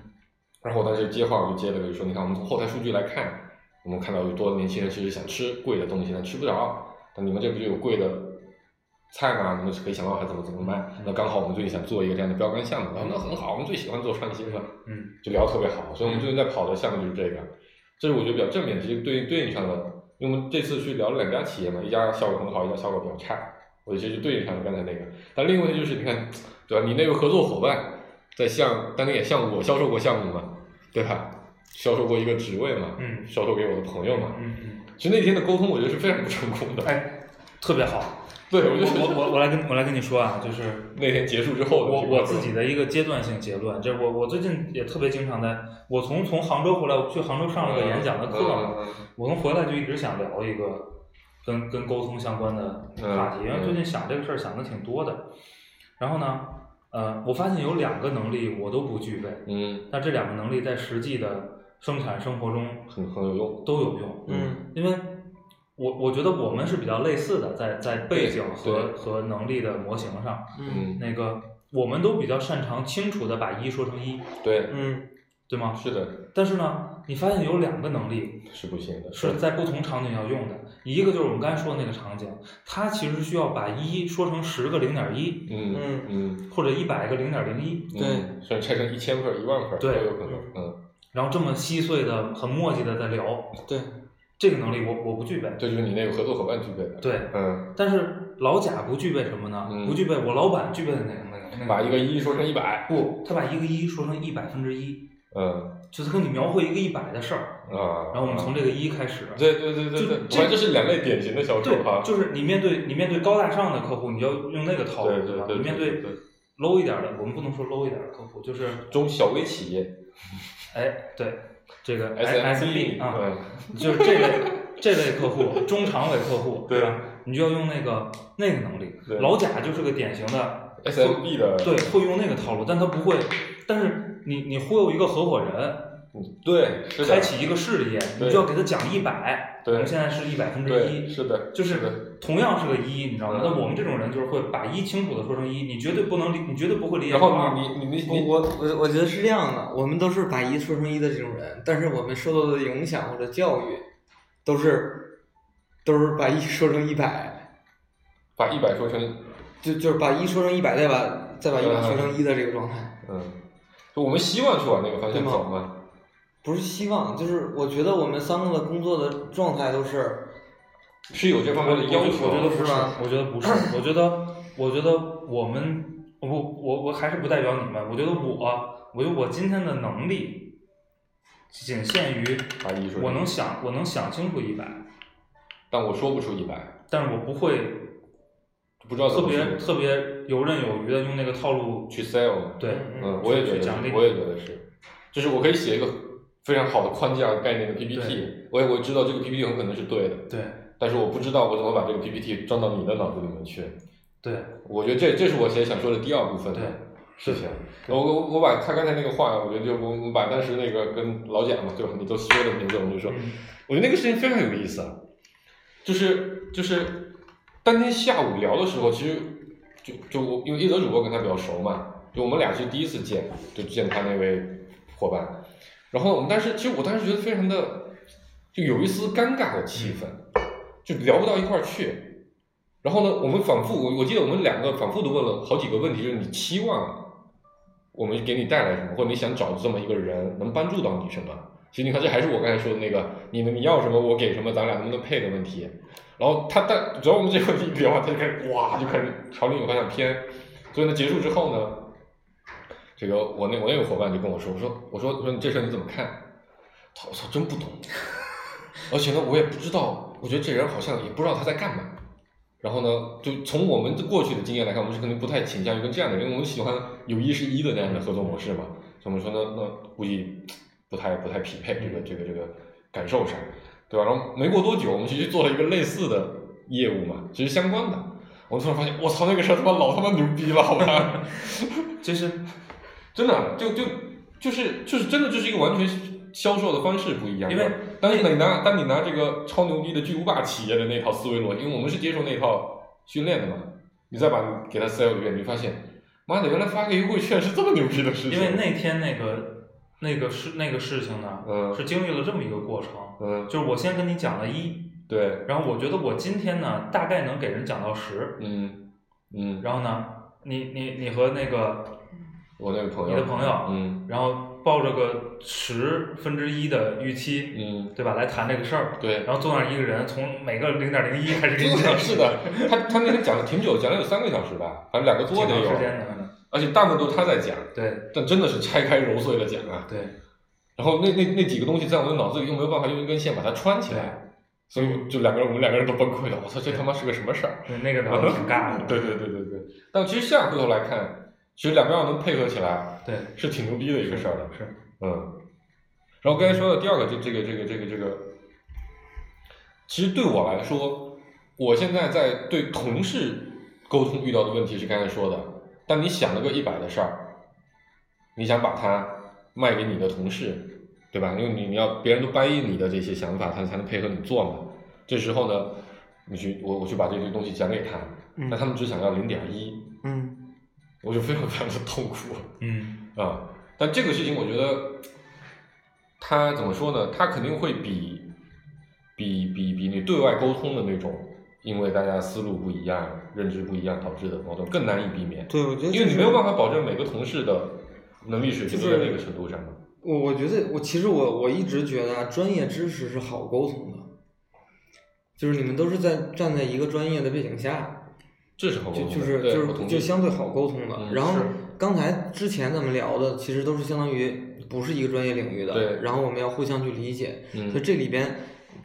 Speaker 4: 然后我当时接话，我就接了个说，你看我们从后台数据来看，我们看到有多的年轻人其实想吃贵的东西，但吃不着。那你们这不就有贵的菜吗？你们可以想办法怎么怎么卖。那
Speaker 3: 嗯
Speaker 4: 刚好我们最近想做一个这样的标杆项目，然后那很好，我们最喜欢做创新了，
Speaker 3: 嗯
Speaker 4: 就聊得特别好。所以我们最近在跑的项目就是这个，这是我觉得比较正面，其实对应对应上了，因为我们这次去聊了两家企业嘛，一家效果很好，一家效果比较差，我觉得就对应上了刚才那个。但另一个问题就是，你看，对吧？你那个合作伙伴在向当年也向我销售过项目嘛，对吧？销售过一个职位嘛，
Speaker 3: 嗯
Speaker 4: 销售给我的朋友嘛。
Speaker 3: 嗯嗯，
Speaker 4: 其实那天的沟通，我觉得是非常不成功的。
Speaker 3: 哎，特别好。
Speaker 4: 对，
Speaker 3: 我
Speaker 4: 我就
Speaker 3: 我我我来跟我来跟你说啊，就是
Speaker 4: 那天结束之后的
Speaker 3: 我
Speaker 4: 这个
Speaker 3: 我自己的一个阶段性结论，就是我我最近也特别经常在，我从从杭州回来，我去杭州上了个演讲的课，
Speaker 4: 嗯嗯嗯
Speaker 3: 我从回来就一直想聊一个跟跟沟通相关的话题，
Speaker 4: 嗯
Speaker 3: 因为最近想这个事儿想的挺多的。然后呢，呃，我发现有两个能力我都不具备，
Speaker 4: 嗯，
Speaker 3: 但这两个能力在实际的生产生活中
Speaker 4: 很很有用。
Speaker 3: 都有用。
Speaker 2: 嗯
Speaker 3: 因为我我觉得我们是比较类似的，在在背景和
Speaker 4: 对
Speaker 3: 和能力的模型上，
Speaker 2: 嗯
Speaker 4: 嗯，
Speaker 3: 那个我们都比较擅长清楚的把一说成一，
Speaker 4: 对，
Speaker 2: 嗯
Speaker 3: 对吗？
Speaker 4: 是的，
Speaker 3: 但是呢，你发现有两个能力
Speaker 4: 是不行的。
Speaker 3: 是在不同场景要用的，一个就是我们刚才说的那个场景，它其实需要把一说成十个零点一
Speaker 4: 嗯
Speaker 2: 嗯
Speaker 4: 嗯，
Speaker 3: 或者一百个零点零一，
Speaker 4: 嗯
Speaker 2: 对，
Speaker 4: 甚至拆成一千份儿、一万份儿都
Speaker 3: 对
Speaker 4: 有可能。嗯，
Speaker 3: 然后这么稀碎的、很墨迹的在聊，
Speaker 2: 对
Speaker 3: 这个能力我我不具备。
Speaker 4: 这就是你那个合作伙伴具备的。
Speaker 3: 对，
Speaker 4: 嗯，
Speaker 3: 但是老贾不具备什么呢？
Speaker 4: 嗯
Speaker 3: 不具备我老板具备的那个那个那个。
Speaker 4: 把一个一说成一百。
Speaker 3: 嗯不，他把一个一说成一百分之一，
Speaker 4: 嗯
Speaker 3: 就是跟你描绘一个一百的事儿，
Speaker 4: 啊。
Speaker 3: 然后我们从这个一开始。
Speaker 4: 对对对对
Speaker 3: 就
Speaker 4: 对，
Speaker 3: 这
Speaker 4: 反正这是两类典型的销售
Speaker 3: 对，
Speaker 4: 啊。
Speaker 3: 就是你面对你面对高大上的客户，你要用那个套
Speaker 4: 对
Speaker 3: 路，
Speaker 4: 对
Speaker 3: 吧？
Speaker 4: 对
Speaker 3: 你面
Speaker 4: 对
Speaker 3: 对
Speaker 4: 对
Speaker 3: low 一点的，我们不能说 low 一点的客户，就是
Speaker 4: 中小微企业
Speaker 3: 哎，对这个哎 S
Speaker 4: SMB
Speaker 3: 啊，
Speaker 4: 嗯
Speaker 3: 就是这类这类客户，中长尾客户，
Speaker 4: 对
Speaker 3: 吧？你就要用那个那个能力。
Speaker 4: 对
Speaker 3: 老贾就是个典型的
Speaker 4: SMB 的
Speaker 3: 对，会用那个套路，但他不会。但是你你忽悠一个合伙人，
Speaker 4: 嗯对是的
Speaker 3: 开启一个事业，
Speaker 4: 对
Speaker 3: 你就要给他讲一百，我
Speaker 4: 对
Speaker 3: 们现在是一百分之
Speaker 4: 对
Speaker 3: 一，
Speaker 4: 是的
Speaker 3: 就是
Speaker 4: 的
Speaker 3: 是同样是个一，你知道
Speaker 4: 嗯？
Speaker 3: 吗那我们这种人就是会把一清楚的说成一，你绝对不能理，你绝对不会理解
Speaker 4: 然
Speaker 3: 成
Speaker 4: 后
Speaker 3: 二。
Speaker 4: 你你你
Speaker 2: 我
Speaker 4: 你
Speaker 2: 我我我觉得是这样的，我们都是把一说成一的这种人，但是我们受到的影响或者教育，都是都是把一说成一百，
Speaker 4: 把一百说成
Speaker 2: 就就是把一说成一百，再把再把一百说成一的这个状态，
Speaker 4: 嗯，就我们希望去往那个方向
Speaker 2: 对吗
Speaker 4: 走嘛。
Speaker 2: 不是希望，就是我觉得我们三个的工作的状态都是，
Speaker 4: 是有这方面的要求，
Speaker 3: 我觉得不
Speaker 2: 是吧
Speaker 3: 我觉得不是，我觉得我觉得我们我我我还是不代表你们，我觉得我我觉得我今天的能力仅限于
Speaker 4: 把一说成
Speaker 3: 我能想我能想清楚一百，
Speaker 4: 但我说不出一百，
Speaker 3: 但是我不会
Speaker 4: 不知道怎
Speaker 3: 特
Speaker 4: 么
Speaker 3: 别
Speaker 4: 去
Speaker 3: 特别游刃有余的用那个套路
Speaker 4: 去 sell。
Speaker 3: 对，
Speaker 4: 嗯，我也觉得
Speaker 3: 去讲这
Speaker 4: 是，
Speaker 3: 个
Speaker 4: 我也觉得是，就是我可以写一个非常好的框架概念的 PPT，我也我知道这个 PPT 很可能是对的，
Speaker 3: 对
Speaker 4: 但是我不知道我怎么把这个 PPT 装到你的脑子里面去。
Speaker 3: 对
Speaker 4: 我觉得这这是我其实想说的第二部分的
Speaker 3: 对
Speaker 4: 事情。
Speaker 3: 对
Speaker 4: 我我我把他刚才那个话，我觉得就我我把当时那个跟老贾嘛，就你都说的名字，我们就说，
Speaker 3: 嗯
Speaker 4: 我觉得那个事情非常有意思啊，就是就是当天下午聊的时候，其实就就我因为一泽主播跟他比较熟嘛，就我们俩是第一次见，就见他那位伙伴，然后我们当时其实我当时觉得非常的就有一丝尴尬的气氛，就聊不到一块儿去。然后呢，我们反复，我我记得我们两个反复的问了好几个问题，就是你期望我们给你带来什么，或者你想找这么一个人能帮助到你什么。其实你看，这还是我刚才说的那个，你你要什么，我给什么，咱俩能不能配的问题。然后他但只要我们这个问题聊完，他就开始哇，就开始朝另一个方向偏。所以呢，结束之后呢，这个我那我那个伙伴就跟我说，我说我说我说你这事儿你怎么看？他我操真不懂， 而且呢我也不知道，我觉得这人好像也不知道他在干嘛。然后呢，就从我们过去的经验来看，我们是肯定不太倾向于跟这样的人，因为我们喜欢有一是一的这样的合作模式嘛。所以我们说那那估计不太不太匹配这个
Speaker 3: 嗯
Speaker 4: 这个这个感受上。对吧？然后没过多久，我们其实做了一个类似的业务嘛，其实相关的。我突然发现，我操，那个事儿他妈老他妈牛逼了，好吧？
Speaker 3: 就是
Speaker 4: 真的，就就就是就是真的就是一个完全销售的方式不一样。
Speaker 3: 因为
Speaker 4: 当你拿当你拿这个超牛逼的巨无霸企业的那套思维逻辑，因为我们是接受那套训练的嘛，你再把给他塞入里面，你发现，妈的，原来发个优惠券是这么牛逼的事情。
Speaker 3: 因为那天那个那个事那个事情呢，
Speaker 4: 嗯
Speaker 3: 是经历了这么一个过程，
Speaker 4: 嗯，
Speaker 3: 就是我先跟你讲了一，
Speaker 4: 对，
Speaker 3: 然后我觉得我今天呢大概能给人讲到十，
Speaker 4: 嗯嗯，
Speaker 3: 然后呢，你你你和那个
Speaker 4: 我那个朋友，
Speaker 3: 你的朋友，
Speaker 4: 嗯
Speaker 3: 然后抱着个十分之一的预期，
Speaker 4: 嗯，
Speaker 3: 对吧，来谈这个事儿，
Speaker 4: 对，
Speaker 3: 然后坐那儿一个人从每个零点零一开始给你 讲，
Speaker 4: 是的，他他那天讲了挺久，讲了有三个小时吧，反正两个
Speaker 3: 挺
Speaker 4: 多得
Speaker 3: 长
Speaker 4: 有
Speaker 3: 时，间的，
Speaker 4: 而且大部分都是他在讲，
Speaker 3: 对
Speaker 4: 但真的是拆开揉碎了讲啊。
Speaker 3: 对，
Speaker 4: 然后那那那几个东西在我的脑子里又没有办法用一根线把它穿起来，所以我就两个人我们两个人都崩溃了。我操，这他妈是个什么事儿？啊
Speaker 3: 对那个倒是挺尬的，
Speaker 4: 对对对对对。但其实现在回头来看，其实两边要能配合起来，
Speaker 3: 对，
Speaker 4: 是挺牛逼的一个事儿的。
Speaker 3: 是，
Speaker 4: 嗯，然后刚才说的第二个，就这个这个这个这个，其实对我来说，我现在在对同事沟通遇到的问题是刚才说的，但你想了个一百的事儿，你想把它卖给你的同事，对吧？因为你你要别人都掰应你的这些想法，他才能配合你做嘛。这时候呢，你去我我去把这些东西讲给他，
Speaker 2: 嗯
Speaker 4: 那他们只想要零点一，
Speaker 2: 嗯
Speaker 4: 我就非常非常的痛苦。
Speaker 3: 嗯
Speaker 4: 啊、但这个事情我觉得，他怎么说呢？他肯定会比比比比你对外沟通的那种，因为大家思路不一样、认知不一样导致的矛盾更难以避免，
Speaker 2: 对，我觉得
Speaker 4: 因为你
Speaker 2: 这
Speaker 4: 没有
Speaker 2: 是
Speaker 4: 办法保证每个同事的能力水平
Speaker 2: 就
Speaker 4: 都
Speaker 2: 是
Speaker 4: 在那个程度上嘛。
Speaker 2: 我我觉得我其实我我一直觉得啊，专业知识是好沟通的，就是你们都是在站在一个专业的背景下，
Speaker 4: 这是好沟
Speaker 2: 就
Speaker 4: 通的，
Speaker 2: 就是
Speaker 4: 对
Speaker 2: 就
Speaker 4: 我同
Speaker 2: 是
Speaker 4: 意
Speaker 2: 就相对好沟通的。
Speaker 4: 嗯
Speaker 2: 然后
Speaker 3: 是
Speaker 2: 刚才之前咱们聊的，其实都是相当于不是一个专业领域的，
Speaker 4: 对
Speaker 2: 然后我们要互相去理解，所以
Speaker 4: 嗯
Speaker 2: 这里边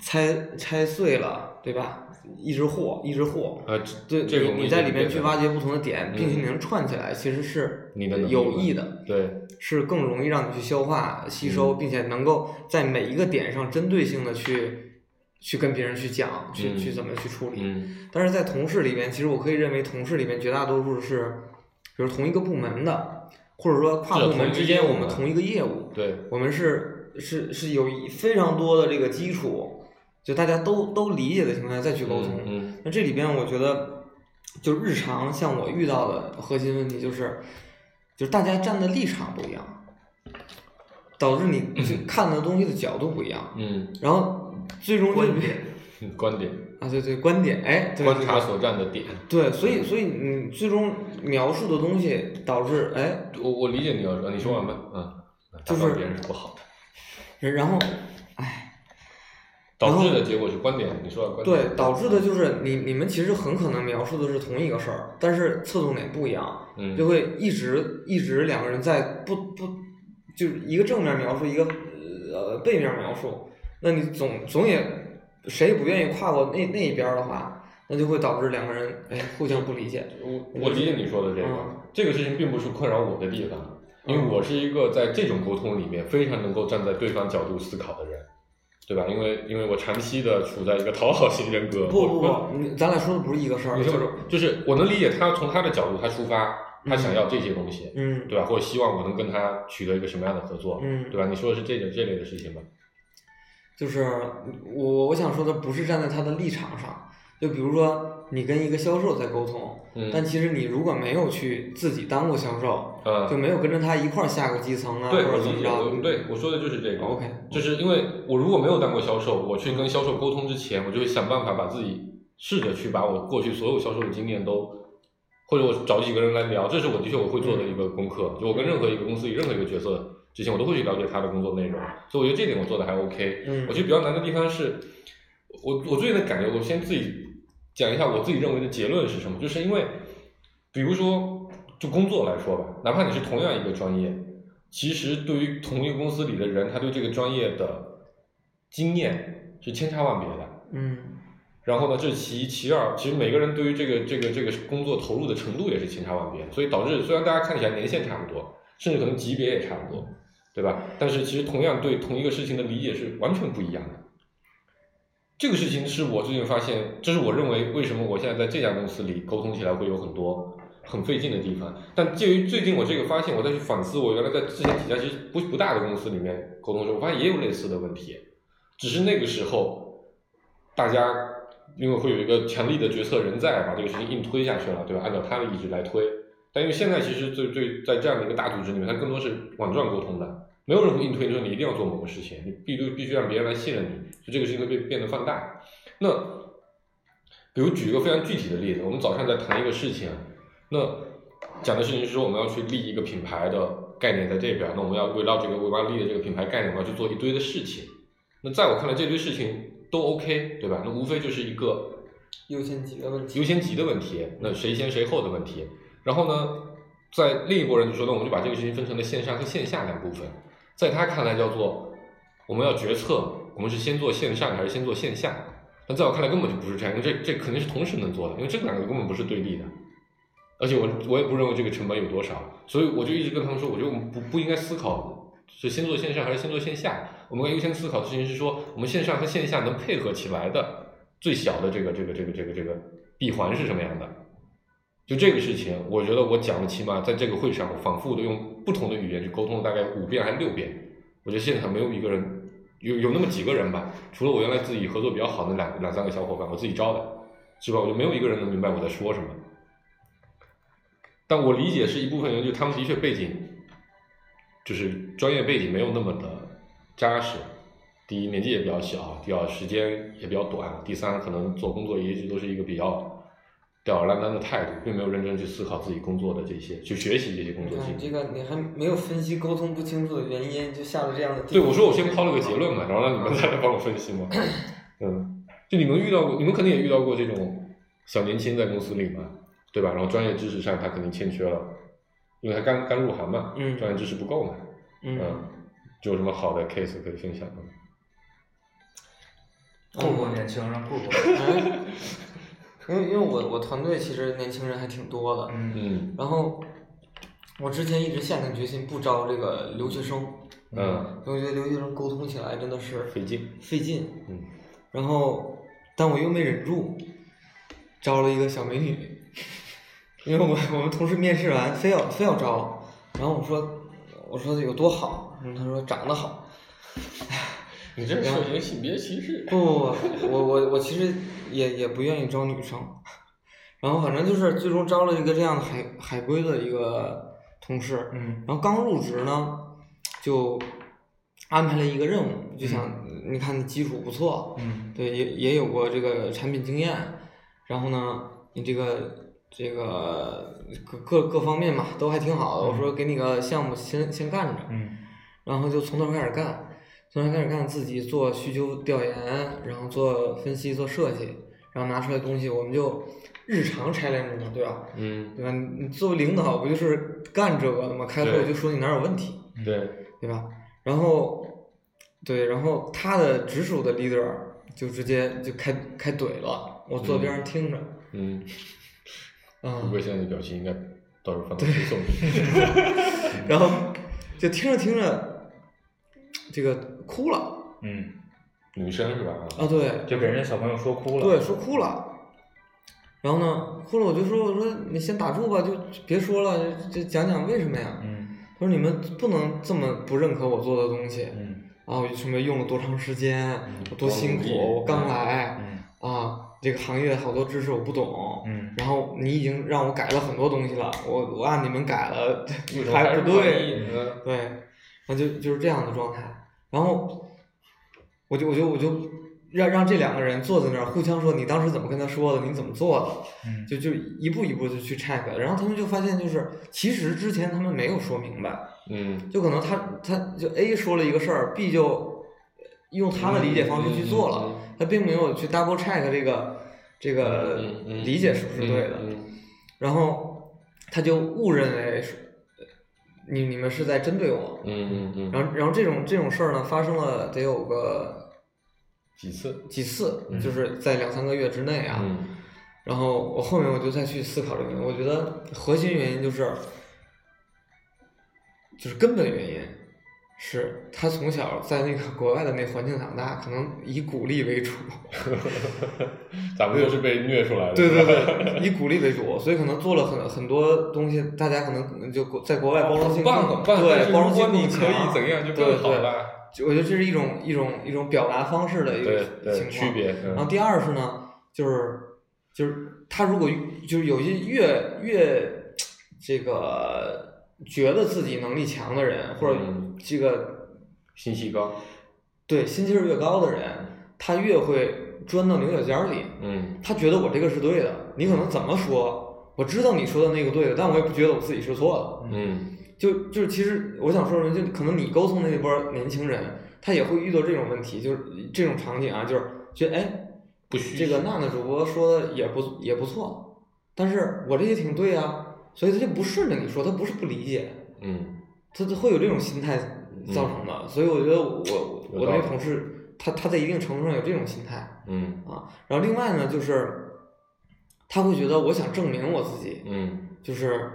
Speaker 2: 拆拆碎了，对吧？一直和一直和，
Speaker 4: 呃，这
Speaker 2: 对，
Speaker 4: 这个我
Speaker 2: 你
Speaker 4: 们
Speaker 2: 你
Speaker 4: 已
Speaker 2: 在
Speaker 4: 经
Speaker 2: 里边
Speaker 4: 变
Speaker 2: 去
Speaker 4: 成
Speaker 2: 挖掘不同的点，并且
Speaker 4: 嗯
Speaker 2: 你能串起来，其实是
Speaker 4: 你的能力
Speaker 2: 有
Speaker 4: 嘛
Speaker 2: 益的，
Speaker 4: 对
Speaker 2: 是更容易让你去消化、吸收，
Speaker 4: 嗯
Speaker 2: 并且能够在每一个点上针对性的去去跟别人去讲，去、
Speaker 4: 嗯
Speaker 2: 去怎么去处理。
Speaker 4: 嗯
Speaker 2: 但是在同事里边，其实我可以认为同事里边绝大多数是，比如同一个部门的，或者说跨
Speaker 4: 是
Speaker 2: 部
Speaker 4: 同一
Speaker 2: 门
Speaker 4: 个
Speaker 2: 之间
Speaker 4: 业务
Speaker 2: 我们
Speaker 4: 的
Speaker 2: 同一个业务，
Speaker 4: 对
Speaker 2: 我们是是是有一非常多的这个基础，就大家都都理解的情况下再去沟通。
Speaker 4: 嗯
Speaker 2: 那这里边我觉得，就日常像我遇到的核心问题就是，就是大家站的立场不一样，导致你去看的东西的角度不一样，
Speaker 4: 嗯
Speaker 2: 然后最终就
Speaker 3: 观点
Speaker 4: 嗯观点
Speaker 2: 啊对对观点哎对
Speaker 4: 观察所站的点，
Speaker 2: 对，所
Speaker 4: 嗯
Speaker 2: 以所以你最终描述的东西导致哎，
Speaker 4: 我我理解你要说，你说完吧，嗯，
Speaker 2: 就
Speaker 4: 打
Speaker 2: 是
Speaker 4: 断别人是不好的，
Speaker 2: 然然后然
Speaker 4: 导
Speaker 2: 后
Speaker 4: 致的结果是观点，你说的观点
Speaker 2: 对导致的就是你你们其实很可能描述的是同一个事儿，但是侧重点不一样，
Speaker 4: 嗯
Speaker 2: 就会一直一直两个人在不不就是一个正面描述，一个呃背面描述，那你总总也谁也不愿意跨过那那一边儿的话，那就会导致两个人哎互相不理解。
Speaker 4: 我我理解你说的这个，
Speaker 2: 嗯
Speaker 4: 这个事情并不是困扰我的地方，因为
Speaker 2: 嗯
Speaker 4: 我是一个在这种沟通里面非常能够站在对方角度思考的人，对吧？因为因为我长期的处在一个讨好型人格，
Speaker 2: 不不
Speaker 4: 我
Speaker 2: 不，你咱俩说的不是一个事儿，
Speaker 4: 你
Speaker 2: 就
Speaker 4: 说
Speaker 2: 是
Speaker 4: 就是我能理解他从他的角度他出发，他想要这些东西，
Speaker 2: 嗯
Speaker 4: 对吧？或者希望我能跟他取得一个什么样的合作，
Speaker 2: 嗯
Speaker 4: 对，吧？你说的是这种这类的事情吧？
Speaker 2: 就是我我想说的不是站在他的立场上，就比如说你跟一个销售在沟通，
Speaker 4: 嗯，
Speaker 2: 但其实你如果没有去自己当过销售，
Speaker 4: 啊
Speaker 2: 就，没有跟着他一块儿下过基层啊，或
Speaker 4: 对，我
Speaker 2: 者怎
Speaker 4: 理
Speaker 2: 么
Speaker 4: 解，
Speaker 2: 着
Speaker 4: 我对我说的就是这个。
Speaker 2: ，OK，
Speaker 4: 就是因为我如果没有当过销售，我去跟销售沟通之前，我就会想办法把自己试着去把我过去所有销售的经验都，或者我找几个人来聊，这是我的确我会做的一个功课。就我跟任何一个公司里任何一个角色之前，我都会去了解他的工作内容，所以我觉得这点我做的还 OK。
Speaker 2: 嗯
Speaker 4: 我觉得比较难的地方是，我我最近的感觉，我先自己讲一下我自己认为的结论是什么，就是因为，比如说就工作来说吧，哪怕你是同样一个专业，其实对于同一个公司里的人，他对这个专业的经验是千差万别的。
Speaker 2: 嗯
Speaker 4: 然后呢，这是其一，其二，其实每个人对于这个这个这个工作投入的程度也是千差万别，所以导致虽然大家看起来年限差不多，甚至可能级别也差不多，对吧？但是其实同样对同一个事情的理解是完全不一样的。这个事情是我最近发现，这是我认为为什么我现在在这家公司里沟通起来会有很多很费劲的地方。但介于最近我这个发现，我再去反思我原来在之前几家其实不不大的公司里面沟通的时候，我发现也有类似的问题。只是那个时候，大家因为会有一个强力的决策人在，把这个事情硬推下去了，对吧？按照他的意志来推。但因为现在其实最最在这样的一个大组织里面，它更多是网状沟通的，没有人会硬推你说你一定要做某个事情，你必须必须让别人来信任你，就这个事情会变变得放大。那比如举一个非常具体的例子，我们早上在谈一个事情，那讲的事情是说我们要去立一个品牌的概念在这边，那我们要围绕这个维巴利的这个品牌概念，我们要去做一堆的事情。那在我看来，这堆事情都 OK，对吧？那无非就是一个
Speaker 2: 优先级的问题，
Speaker 4: 优先级的问题，那谁先谁后的问题。然后呢，在另一拨人就说，那我们就把这个事情分成了线上和线下两部分。在他看来叫做我们要决策，我们是先做线上还是先做线下？但在我看来根本就不是这样，因为这这肯定是同时能做的，因为这两个根本不是对立的。而且我我也不认为这个成本有多少，所以我就一直跟他们说，我觉得我们不不应该思考是先做线上还是先做线下，我们该优先思考的事情是说，我们线上和线下能配合起来的最小的这个这个这个这个这个闭环是什么样的？就这个事情，我觉得我讲了，起码在这个会上，我反复的用不同的语言去沟通了大概五遍还是六遍。我觉得现场没有一个人，有有那么几个人吧，除了我原来自己合作比较好的两两三个小伙伴，我自己招的，是吧？我就没有一个人能明白我在说什么。但我理解是一部分人，就他们的确背景，就是专业背景没有那么的扎实。第一，年纪也比较小；第二，时间也比较短；第三，可能做工作也一直都是一个比较吊儿郎当的态度，并没有认真去思考自己工作的这些，去学习这些工
Speaker 2: 你
Speaker 4: 作经
Speaker 2: 看
Speaker 4: 验。
Speaker 2: 这个你还没有分析沟通不清楚的原因，就下了这样的
Speaker 4: 对，我说我先抛了个结论嘛，然后让你们 再来帮我分析嘛。嗯，就你们遇到过，你们肯定也遇到过这种小年轻在公司里嘛，对吧？然后专业知识上他肯定欠缺了，因为他刚刚入行嘛，
Speaker 2: 嗯
Speaker 4: 专业知识不够嘛，
Speaker 2: 嗯，
Speaker 4: 就有什么好的 case 可以分享吗？
Speaker 3: 酷酷年轻人，酷酷，
Speaker 2: 哎因为因为我我团队其实年轻人还挺多的，
Speaker 3: 嗯
Speaker 4: 嗯
Speaker 2: 然后我之前一直下定决心不招这个留学生，
Speaker 4: 嗯，
Speaker 2: 因为我觉得留学生沟通起来真的是
Speaker 4: 费劲，
Speaker 2: 费劲，
Speaker 4: 嗯，
Speaker 2: 然后但我又没忍住，招了一个小美女， 因为我我们同事面试完非要非要招，然后我说我说有多好，然后他说长得好，
Speaker 4: 你这涉及性别歧视。
Speaker 2: 不不不，我我我其实也也不愿意招女生， 然后反正就是最终招了一个这样的海海归的一个同事，
Speaker 3: 嗯
Speaker 2: 然后刚入职呢，就安排了一个任务，就想、你看你基础不错，
Speaker 3: 嗯
Speaker 2: 对，也也有过这个产品经验，然后呢，你这个这个各各各方面嘛都还挺好的，我说给你个项目先先干着，
Speaker 3: 嗯
Speaker 2: 然后就从头开始干，从头开始干，自己做需求调研，然后做分析、做设计，然后拿出来东西，我们就日常拆来着嘛，对吧？
Speaker 4: 嗯，
Speaker 2: 对吧？你你作为领导不就是干这个的吗？开会
Speaker 4: 对
Speaker 2: 就说你哪儿有问题，
Speaker 4: 对，
Speaker 2: 对吧？然后，对，然后他的直属的 leader 就直接就开开怼了，我坐边上听着，
Speaker 4: 嗯，
Speaker 2: 啊、
Speaker 4: 不过现在的表情应该到时候放到推送里。
Speaker 2: 然后就听着听着，这个哭了
Speaker 3: 嗯，
Speaker 4: 女生是吧？
Speaker 2: 啊，对，
Speaker 3: 就给人家小朋友说哭了，
Speaker 2: 对，说哭了。然后呢，哭了我就说我说你先打住吧，就别说了，就就讲讲为什么呀？
Speaker 3: 嗯
Speaker 2: 他说你们不能这么不认可我做的东西
Speaker 3: 嗯
Speaker 2: 哦啊！我什么用了多长时间，我多辛苦，
Speaker 4: 嗯多努力
Speaker 2: 我刚来
Speaker 3: 嗯
Speaker 2: 啊，这个行业好多知识我不懂，
Speaker 3: 嗯，
Speaker 2: 然后你已经让我改了很多东西了，我我按你们改了，
Speaker 4: 为 什么
Speaker 2: 还
Speaker 4: 是
Speaker 2: 不
Speaker 4: 满
Speaker 2: 对，
Speaker 4: 意呢？
Speaker 2: 对，然后就就是这样的状态。然后我就我就我就让让这两个人坐在那儿互相说你当时怎么跟他说的，你怎么做的，
Speaker 3: 嗯
Speaker 2: 就就一步一步就去 check。然后他们就发现，就是其实之前他们没有说明白，
Speaker 4: 嗯，
Speaker 2: 就可能他他就 A 说了一个事儿，B 就用他的理解方式去做了，
Speaker 4: 嗯，
Speaker 2: 他并没有去 double check 这个这个
Speaker 4: 嗯嗯
Speaker 2: 理解是不是对的。
Speaker 4: 嗯嗯
Speaker 2: 然后他就误认为是呃你你们是在针对我，
Speaker 4: 嗯嗯嗯，
Speaker 2: 然后然后这种这种事儿呢发生了得有个
Speaker 4: 几次？
Speaker 2: 几次
Speaker 4: 嗯，
Speaker 2: 就是在两三个月之内啊。
Speaker 4: 嗯
Speaker 2: 然后我后面我就再去思考这个问题，我觉得核心原因就是就是根本原因。是他从小在那个国外的那环境长大，可能以鼓励为主，
Speaker 4: 咱们都是被虐出来的。
Speaker 2: 对对对，以鼓励为主，所以可能做了很很多东西，大家可能就国在国外包容性
Speaker 4: 很
Speaker 2: 更
Speaker 4: 棒很棒，但
Speaker 2: 对
Speaker 4: 是
Speaker 2: 包容
Speaker 4: 如
Speaker 2: 性
Speaker 4: 果你
Speaker 2: 更
Speaker 4: 可以
Speaker 2: 强
Speaker 4: 怎样就
Speaker 2: 对
Speaker 4: 更好
Speaker 2: 对
Speaker 4: 了。
Speaker 2: 就我觉得这是一种一种一种表达方式的一个
Speaker 4: 对对，
Speaker 2: 情
Speaker 4: 区
Speaker 2: 况。
Speaker 4: 别。
Speaker 2: 然后
Speaker 4: 嗯
Speaker 2: 第二是呢，就是就是他如果就是有些越越这个觉得自己能力强的人，或者
Speaker 4: 嗯
Speaker 2: 这个
Speaker 4: 信息高。
Speaker 2: 对心气儿越高的人，他越会钻到牛角尖儿里。
Speaker 4: 嗯
Speaker 2: 他觉得我这个是对的，你可能怎么说，我知道你说的那个对的，但我也不觉得我自己是错的。
Speaker 4: 嗯
Speaker 2: 就就是其实我想说什么，就可能你沟通的那波儿年轻人，他也会遇到这种问题，就是这种场景啊，就是觉得哎，
Speaker 4: 不虚
Speaker 2: 这个娜娜主播说的也不也不错，但是我这也挺对啊，所以他就不顺着你说，他不是不理解，
Speaker 4: 嗯
Speaker 2: 他就会有这种心态造成的。所以我觉得我我
Speaker 4: 有
Speaker 2: 我
Speaker 4: 道
Speaker 2: 那
Speaker 4: 理
Speaker 2: 个同事，他他在一定程度上有这种心态
Speaker 4: 嗯
Speaker 2: 啊。然后另外呢，就是他会觉得我想证明我自己，
Speaker 4: 嗯
Speaker 2: 就是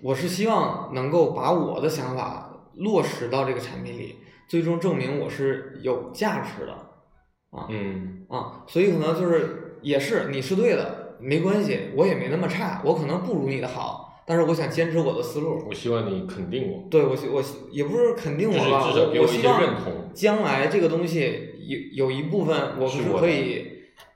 Speaker 2: 我是希望能够把我的想法落实到这个产品里，最终证明我是有价值的啊、
Speaker 4: 嗯
Speaker 2: 啊！所以可能就是也是你是对的，没关系，我也没那么差，我可能不如你的好，但是我想坚持我的思路。
Speaker 4: 我希望你肯定我，
Speaker 2: 对我希我希也不是肯定
Speaker 4: 就
Speaker 2: 我
Speaker 4: 是
Speaker 2: 吧，
Speaker 4: 至少给
Speaker 2: 我
Speaker 4: 一
Speaker 2: 希
Speaker 4: 些
Speaker 2: 望
Speaker 4: 认同，
Speaker 2: 将来这个东西有有一部分我
Speaker 4: 是
Speaker 2: 们是
Speaker 4: 我的
Speaker 2: 可以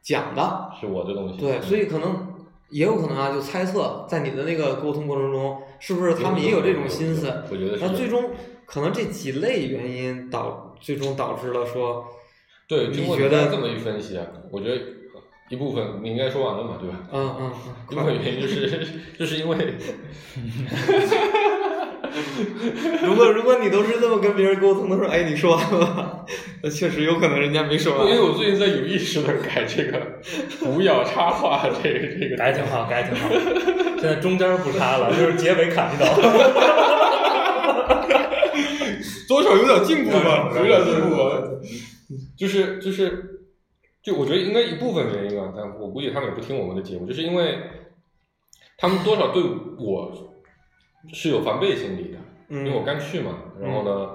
Speaker 2: 讲的，
Speaker 4: 是我的东西。
Speaker 2: 对，所以可能也有可能啊，就猜测在你的那个沟通过程中，是不是他们也有这种心思？
Speaker 4: 我觉得是。
Speaker 2: 那最终可能这几类原因导最终导致了说，
Speaker 4: 对，
Speaker 2: 你
Speaker 4: 经过
Speaker 2: 觉得
Speaker 4: 这么一分析啊，我觉得一部分你应该说完了嘛，对吧？
Speaker 2: 嗯嗯
Speaker 4: 一部分原因就是就是 因为
Speaker 2: 嗯，如果如果你都是这么跟别人沟通的时候，哎，你说完了，那确实有可能人家没说
Speaker 4: 因为
Speaker 2: 完。
Speaker 4: 我最近在有意识的改这个不要插话这个这个。
Speaker 3: 改挺好，改挺好。现在中间不插了，就是结尾砍一刀。
Speaker 4: 多少有点进步吧，有
Speaker 3: 有
Speaker 4: 点
Speaker 3: 点
Speaker 4: 进
Speaker 3: 进
Speaker 4: 步
Speaker 3: 步
Speaker 4: 吧。就是就是，就我觉得应该一部分原因啊，但我估计他们也不听我们的节目，就是因为他们多少对我是有防备心理的，因为我
Speaker 2: 嗯
Speaker 4: 刚去嘛，然后呢。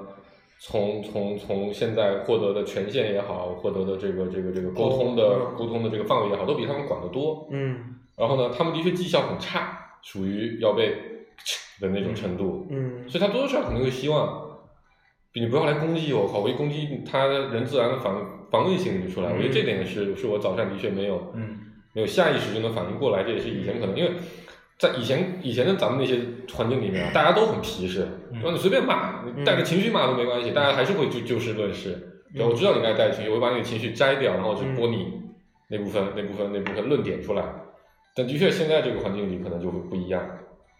Speaker 4: 从从从现在获得的权限也好，获得的这个这个这个沟通的、
Speaker 2: 嗯
Speaker 4: 沟通的这个范围也好，都比他们管得多。
Speaker 2: 嗯
Speaker 4: 然后呢，他们的确绩效很差，属于要被的那种程度，
Speaker 2: 嗯
Speaker 4: 所以他多多少少可能会希望，你不要来攻击我，靠，我一攻击他，人自然的防防卫心理就出来。我觉得这点是是我早上的确没有
Speaker 3: 嗯
Speaker 4: 没有下意识就能反应过来，这也是以前可能因为。在以前以前的咱们那些环境里面啊，大家都很皮实，
Speaker 3: 嗯
Speaker 4: 让你随便骂，你带着情绪骂都没关系，大家还是会就就事论事。对，我知道你该带情绪，我会把你的情绪摘掉，然后就播你那部分、那部分、那部分论点出来。但的确，现在这个环境里可能就会不一样，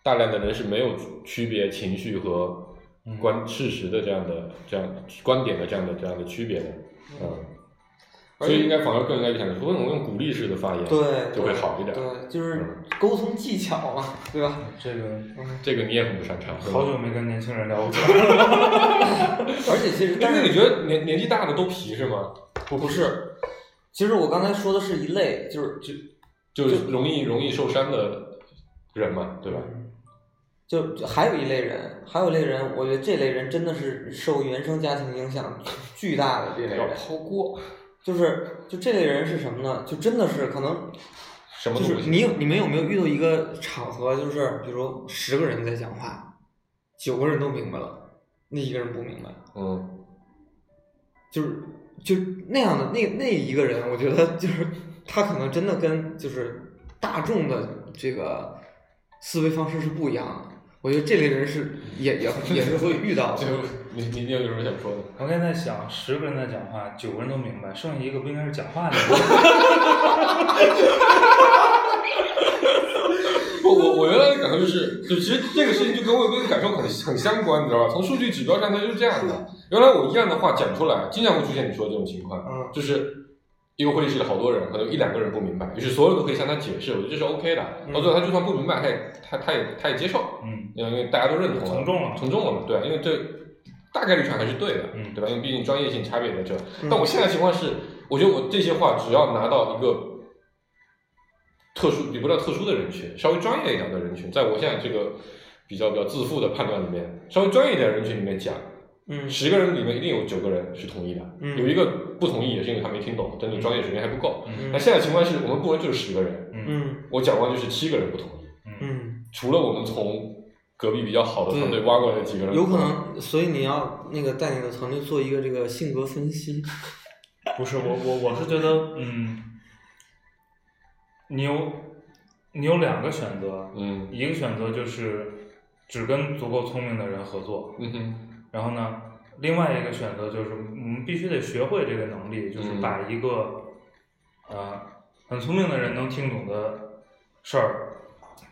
Speaker 4: 大量的人是没有区别情绪和
Speaker 3: 嗯
Speaker 4: 观事实的这样的、这样观点的这样的、这样的区别的，嗯。所以应该反而更应该想，如果我用鼓励式的发言，
Speaker 2: 对，
Speaker 4: 就会好一点。
Speaker 2: 对，就是沟通技巧嘛，对吧？
Speaker 3: 这个
Speaker 4: 这个你也很不擅长，是吧
Speaker 3: 好久没跟年轻人聊过天了。
Speaker 2: 而且其实，但
Speaker 4: 但
Speaker 2: 是
Speaker 4: 是你觉得年年纪大的都皮是吗？不不是，
Speaker 2: 其实我刚才说的是一类，就是就
Speaker 4: 就是容易容易受伤的人嘛，对吧？
Speaker 2: 就就还有一类人，还有一类人，我觉得这类人真的是受原生家庭影响巨大的这类
Speaker 4: 要
Speaker 2: 人，
Speaker 4: 抛锅，
Speaker 2: 就是就这类人是什么呢？就真的是可能
Speaker 4: 什么
Speaker 2: 就
Speaker 4: 都不
Speaker 2: 是
Speaker 4: 行。
Speaker 2: 你有你们有没有遇到一个场合，就是比如十个人在讲话，九个人都明白了，那一个人不明白，
Speaker 4: 嗯，
Speaker 2: 就是就那样的那那一个人，我觉得就是 他可能真的跟就是大众的这个思维方式是不一样的。我觉得这类人是也也也是会遇到
Speaker 4: 就
Speaker 2: 的。
Speaker 4: 你你你有什么想说的？
Speaker 3: 我刚才在想，十个人在讲话，九个人都明白，剩下一个不应该是讲话的吗？
Speaker 4: 我我我原来的感受就是，就其实这个事情就跟我有个感受很很相关，你知道吧？从数据指标上它就是这样的。原来我一样的话讲出来，经常会出现你说的这种情况，
Speaker 2: 嗯
Speaker 4: 就是一个会议室里好多人，可能有一两个人不明白，于是所有人都可以向他解释，我觉得这是 OK 的。到最后他就算不明白，他也他他也他也接受，
Speaker 3: 嗯
Speaker 4: 因为大家都认同了，
Speaker 3: 从众了嘛
Speaker 4: 从众了嘛，对，因为这大概率上还是对的，
Speaker 3: 嗯
Speaker 4: 对吧？因为毕竟专业性差别在这。
Speaker 2: 嗯
Speaker 4: 但我现在情况是，我觉得我这些话只要拿到一个特殊，也不叫特殊的人群，稍微专业一点的人群，在我现在这个比较比较自负的判断里面，稍微专业一点的人群里面讲，
Speaker 2: 嗯
Speaker 4: 十个人里面一定有九个人是同意的，
Speaker 2: 嗯
Speaker 4: 有一个不同意也是因为他没听懂，真的专业水平还不够。
Speaker 3: 嗯
Speaker 4: 那现在情况是我们部门就是十个人，
Speaker 3: 嗯
Speaker 2: 嗯
Speaker 4: 我讲完就是七个人不同意。
Speaker 3: 嗯
Speaker 2: 嗯，
Speaker 4: 除了我们从隔壁比较好的团队挖过来的几个人，
Speaker 2: 有可能，所以你要那个带你的团队做一个这个性格分析。
Speaker 3: 不是我我我是觉得，嗯，你有你有两个选择，
Speaker 4: 嗯
Speaker 3: 一个选择就是只跟足够聪明的人合作，
Speaker 4: 嗯哼
Speaker 3: 然后呢，另外一个选择就是我们必须得学会这个能力，就是
Speaker 4: 嗯
Speaker 3: 把一个、呃很聪明的人能听懂的事儿，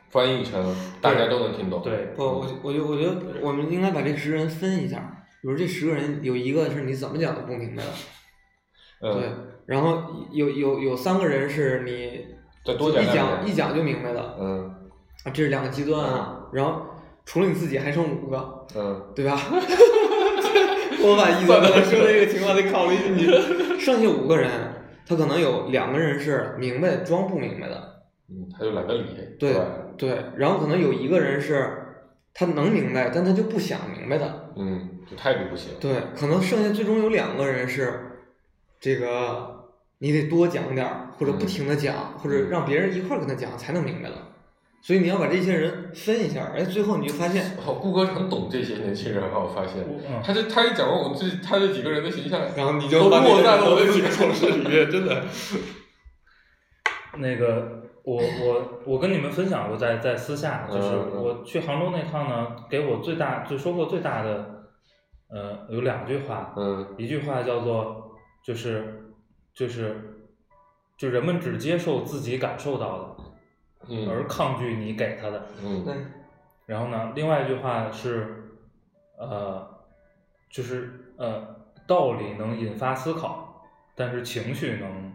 Speaker 4: 翻译成大家都能听懂，，
Speaker 3: 对，
Speaker 2: 不，我我觉得我觉得我们应该把这十个人分一下，比如这十个人有一个是你怎么讲都不明白的，对
Speaker 4: 嗯，，
Speaker 2: 然后有有有三个人是你
Speaker 4: 再多讲
Speaker 2: 一
Speaker 4: 两
Speaker 2: 讲一
Speaker 4: 点，
Speaker 2: 讲就明白的，
Speaker 4: 嗯
Speaker 2: 啊，这是两个极端啊。然后除了你自己还剩五个，
Speaker 4: 嗯，
Speaker 2: 对 吧？我把一泽刚才说的这个情况得考虑进去，剩下五个人，他可能有两个人是明白装不明白的，
Speaker 4: 嗯，他就懒得理，
Speaker 2: 对
Speaker 4: 是吧
Speaker 2: 对，然后可能有一个人是他能明白，但他就不想明白的。
Speaker 4: 嗯，就态度不行，
Speaker 2: 对，可能剩下最终有两个人是这个，你得多讲点儿，或者不停的讲，或者让别人一块儿跟他讲才能明白了。所以你要把这些人分一下，哎，最后你就发 现，
Speaker 4: 哦，顾哥很懂这些年轻人啊，我发现，
Speaker 3: 我嗯，
Speaker 4: 他这他一讲完我这他这几个人的形象，
Speaker 2: 然后你就
Speaker 4: 都
Speaker 2: 把这
Speaker 4: 落
Speaker 2: 个
Speaker 4: 在了我
Speaker 2: 人
Speaker 4: 的几个同事里面， 真的，
Speaker 3: 那个，我我我跟你们分享过在，在私下，就是
Speaker 4: 嗯嗯
Speaker 3: 我去杭州那趟呢，给我最大最收获最大的，呃，有两句话，
Speaker 4: 嗯
Speaker 3: 一句话叫做就是就是就人们只接受自己感受到的，
Speaker 4: 嗯
Speaker 3: 而抗拒你给他的。
Speaker 4: 嗯
Speaker 2: 对，
Speaker 3: 然后呢，另外一句话是，呃，就是呃，道理能引发思考，但是情绪能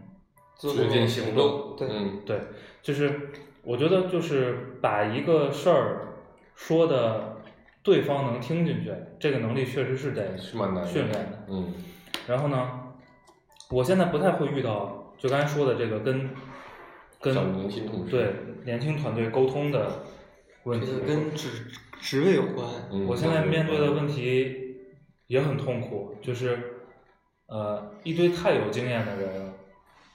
Speaker 4: 决定行动，
Speaker 2: 对
Speaker 4: 嗯
Speaker 3: 对，就是我觉得就是把一个事儿说的对方能听进去，这个能力确实是得
Speaker 4: 是蛮难的
Speaker 3: 训练的。
Speaker 4: 嗯
Speaker 3: 然后呢，我现在不太会遇到就刚才说的这个跟跟
Speaker 4: 小年轻同事
Speaker 3: 对年轻团队沟通的问
Speaker 2: 这
Speaker 3: 题
Speaker 2: 个。跟职职位有关。
Speaker 4: 嗯，
Speaker 3: 我现在面对的问
Speaker 4: 题，
Speaker 3: 题也很痛苦，就是呃一堆太有经验的人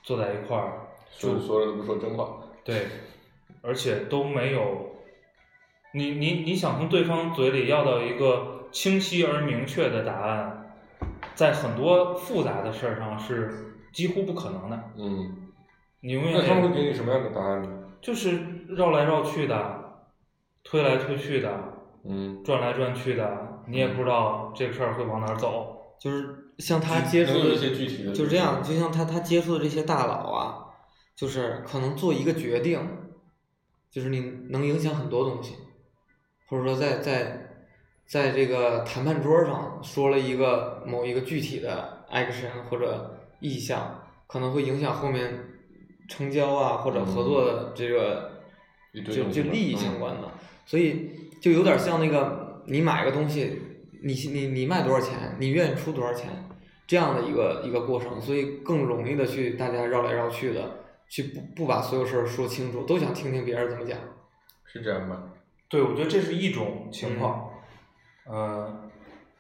Speaker 3: 坐在一块儿，
Speaker 4: 所所有人都不说真话，
Speaker 3: 对，而且都没有，你你你想从对方嘴里要到一个清晰而明确的答案，在很多复杂的事儿上是几乎不可能的。
Speaker 4: 嗯。
Speaker 3: 你永远
Speaker 4: 那他们会
Speaker 3: 得
Speaker 4: 给你什么样的答案呢？
Speaker 3: 就是绕来绕去的，推来推去的，
Speaker 4: 嗯，
Speaker 3: 转来转去的，你也不知道这个事儿会往哪儿走。
Speaker 2: 就是像他接触
Speaker 4: 能有
Speaker 2: 的
Speaker 4: 一些具体的
Speaker 2: 就这样，就像他他接触的这些大佬啊，就是可能做一个决定，就是你能影响很多东西，或者说在在在这个谈判桌上说了一个某一个具体的 action 或者意向，可能会影响后面成交啊或者合作的这个、
Speaker 4: 一堆
Speaker 2: 就
Speaker 4: 东西
Speaker 2: 就
Speaker 4: 吧
Speaker 2: 利益
Speaker 4: 嗯
Speaker 2: 相关的，所以就有点像那个你买个东西，你你你卖多少钱，你愿意出多少钱这样的一个一个过程，所以更容易的去大家绕来绕去的，去不不把所有事儿说清楚，都想听听别人怎么讲。
Speaker 4: 是这样吧？
Speaker 3: 对，我觉得这是一种情况。
Speaker 4: 嗯
Speaker 3: 呃，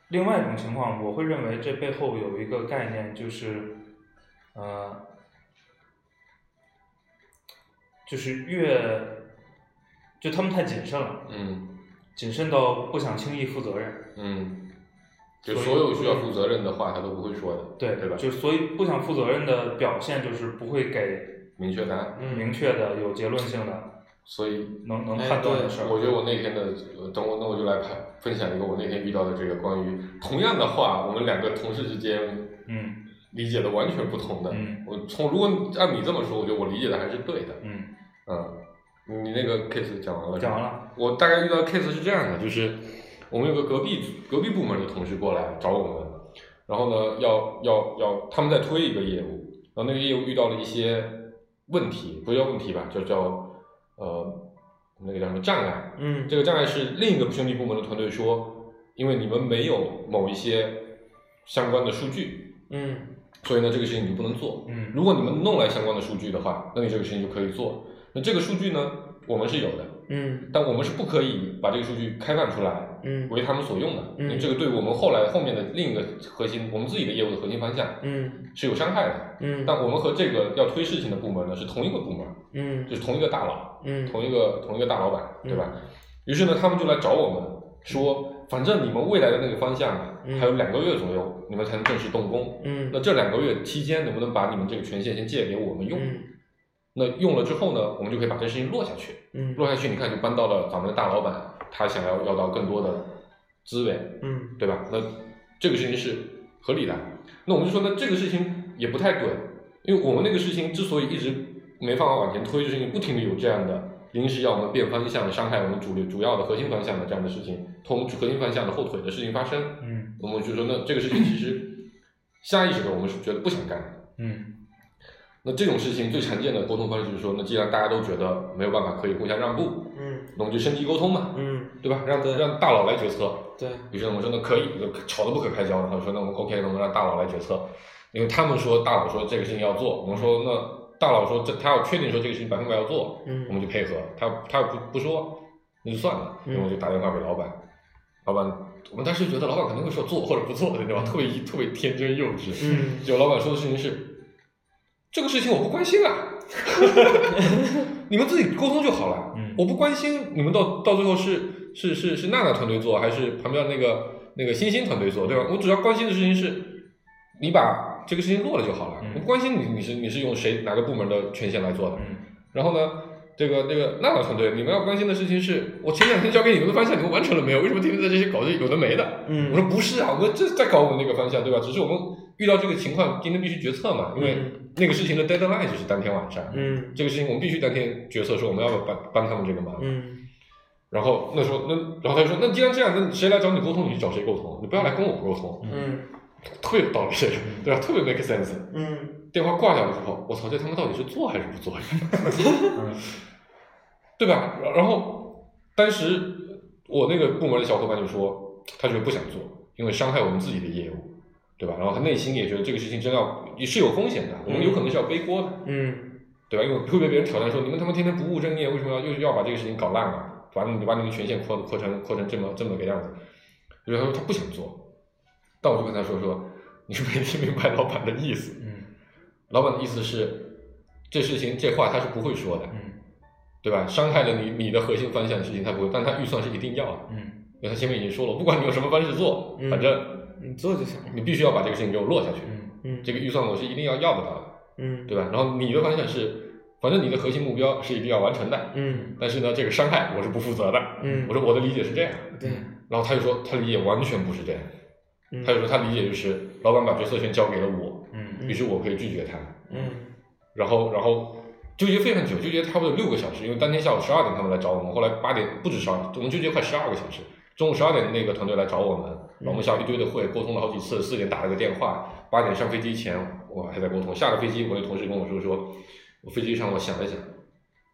Speaker 3: 另外一种情况，我会认为这背后有一个概念，就是呃，就是越就他们太谨慎了，
Speaker 4: 嗯
Speaker 3: 谨慎到不想轻易负责任。
Speaker 4: 嗯，就
Speaker 3: 所以
Speaker 4: 所有需要负责任的话，他都不会说的，
Speaker 3: 对，
Speaker 4: 对吧？
Speaker 3: 就所以不想负责任的表现就是不会给
Speaker 4: 明确答案，
Speaker 2: 嗯，
Speaker 3: 明确的、有结论性的、
Speaker 4: 所以
Speaker 3: 能能
Speaker 2: 哎
Speaker 3: 判断的
Speaker 2: 对
Speaker 3: 事儿。
Speaker 4: 我觉得我那天的，呃等我那我就来拍分享一个我那天遇到的这个关于同样的话，我们两个同事之间
Speaker 3: 嗯
Speaker 4: 理解的完全不同的。
Speaker 3: 嗯
Speaker 4: 我从如果按你这么说，我觉得我理解的还是对的。
Speaker 3: 嗯，
Speaker 4: 嗯，你那个 case 讲完了？
Speaker 3: 讲完。了。
Speaker 4: 我大概遇到 case 是这样的，就是我们有个隔壁隔壁部门的同事过来找我们，然后呢，要要要他们在推一个业务，然后那个业务遇到了一些问题，不叫问题吧，就叫呃那个叫什么障碍。
Speaker 2: 嗯，
Speaker 4: 这个障碍是另一个兄弟部门的团队说，因为你们没有某一些相关的数据，
Speaker 2: 嗯，
Speaker 4: 所以呢，这个事情你就不能做。
Speaker 3: 嗯
Speaker 4: 如果你们弄来相关的数据的话，那你这个事情就可以做。那这个数据呢，我们是有的，
Speaker 2: 嗯，
Speaker 4: 但我们是不可以把这个数据开放出来，
Speaker 2: 嗯，
Speaker 4: 为他们所用的。
Speaker 2: 嗯
Speaker 4: 因为这个对我们后来后面的另一个核心，我们自己的业务的核心方向
Speaker 2: 嗯，
Speaker 4: 是有伤害的。
Speaker 2: 嗯，
Speaker 4: 但我们和这个要推事情的部门呢，是同一个部门，
Speaker 2: 嗯，
Speaker 4: 就是同一个大佬。
Speaker 2: 嗯，
Speaker 4: 同一个同一个大老板，对吧？于是呢，他们就来找我们说，反正你们未来的那个方向
Speaker 2: 嗯
Speaker 4: 还有两个月左右，你们才能正式动工。
Speaker 2: 嗯，
Speaker 4: 那这两个月期间，能不能把你们这个权限先借给我们用？
Speaker 2: 嗯，
Speaker 4: 那用了之后呢，我们就可以把这事情落下去。
Speaker 2: 嗯，
Speaker 4: 落下去，你看就搬到了咱们的大老板，他想要要到更多的资源，
Speaker 2: 嗯，
Speaker 4: 对吧？那这个事情是合理的。那我们就说，那这个事情也不太对，因为我们那个事情之所以一直没办法往前推，就是因为不停的有这样的临时要我们变方向、伤害我们主力主要的核心方向的这样的事情，拖我们核心方向的后腿的事情发生，
Speaker 3: 嗯
Speaker 4: 我们就说，那这个事情其实下意识的我们是觉得不想干的。
Speaker 3: 嗯
Speaker 4: 那这种事情最常见的沟通方式就是说，那既然大家都觉得没有办法可以互相让步，
Speaker 2: 嗯，
Speaker 4: 那我们就升级沟通嘛，
Speaker 2: 嗯，
Speaker 4: 对吧？让
Speaker 2: 对
Speaker 4: 让大佬来决策。
Speaker 2: 对，
Speaker 4: 于是我们说那可以，就吵得不可开交。然后说那我们 OK，那我们让大佬来决策，因为他们说大佬说这个事情要做，我们说那大佬说这他要确定说这个事情百分百要做，
Speaker 2: 嗯，
Speaker 4: 我们就配合。他他不不说，那就算了。
Speaker 2: 嗯
Speaker 4: 那我就打电话给老板，老板，我们当时觉得老板肯定会说做或者不做的，你知道吗？特别特别天真幼稚。
Speaker 2: 嗯，
Speaker 4: 就老板说的事情是，这个事情我不关 心啊，你们自己沟通就好了。
Speaker 3: 嗯
Speaker 4: 我不关心你们到到最后是是是是娜娜团队做，还是旁边那个那个星星团队做，对吧？我主要关心的事情是，你把这个事情落了就好了。
Speaker 3: 嗯
Speaker 4: 我不关心你你是你是用谁哪个部门的权限来做的。
Speaker 3: 嗯
Speaker 4: 然后呢，这个那个娜娜团队，你们要关心的事情是我前两天交给你们的方向，你们完成了没有？为什么天天在这些搞这有的没的？我
Speaker 2: 嗯，
Speaker 4: 说不是啊，我们这在搞我们那个方向，对吧？只是我们遇到这个情况，今天必须决策嘛，因为那个事情的 deadline 就是当天晚上，
Speaker 2: 嗯，
Speaker 4: 这个事情我们必须当天决策，说我们要不要帮帮他们这个忙。
Speaker 2: 嗯，
Speaker 4: 然后那时候那然后他就说，那既然这样，那谁来找你沟通，你去找谁沟通，你不要来跟我沟通，
Speaker 2: 嗯，
Speaker 4: 特别有道理，这个对吧？特别 make sense。
Speaker 2: 嗯，
Speaker 4: 电话挂掉了之后，我操，这他们到底是做还是不做呀？
Speaker 3: 嗯
Speaker 4: 对吧？然然后当时我那个部门的小伙伴就说，他觉得不想做，因为伤害我们自己的业务，对吧？然后他内心也觉得这个事情真要也是有风险的，我们有可能是要背锅的，
Speaker 2: 嗯，
Speaker 4: 对吧？因为会被别人挑战说，你们他妈天天不务正业，为什么要又要把这个事情搞烂了？把你把你们权限扩扩成扩成这么这么个样子？所以他说他不想做，但我就跟他说说，你没听明白老板的意思，
Speaker 3: 嗯
Speaker 4: 老板的意思是，这事情这话他是不会说的，
Speaker 3: 嗯
Speaker 4: 对吧？伤害了你你的核心方向的事情，他不会，但他预算是一定要的，
Speaker 3: 嗯
Speaker 4: 因为他前面已经说了，不管你用什么方式做，
Speaker 2: 嗯
Speaker 4: 反正
Speaker 2: 你做就行了。
Speaker 4: 你必须要把这个事情给我落下去，
Speaker 3: 嗯
Speaker 2: 嗯，
Speaker 4: 这个预算我是一定要要得到的，
Speaker 2: 嗯，
Speaker 4: 对吧？然后你的方向是，反正你的核心目标是一定要完成的，
Speaker 2: 嗯，
Speaker 4: 但是呢，这个伤害我是不负责的。
Speaker 2: 嗯
Speaker 4: 我，说我的理解是这样，
Speaker 2: 对，
Speaker 4: 然后他就说他理解完全不是这样，
Speaker 2: 嗯
Speaker 4: 他就说他理解就是老板把决策权交给了我，
Speaker 3: 嗯
Speaker 4: 于是我可以拒绝他，
Speaker 2: 嗯，
Speaker 4: 然后然后纠结非常久，纠结差不多有六个小时，因为当天下午十二点他们来找我们，后来八点不止十二，我们纠结快十二个小时。中午十二点那个团队来找我们，然后我们下午一堆的会，沟通了好几次，四点打了个电话，八点上飞机前我还在沟通，下了飞机我的同事跟我说说，我飞机上我想了想，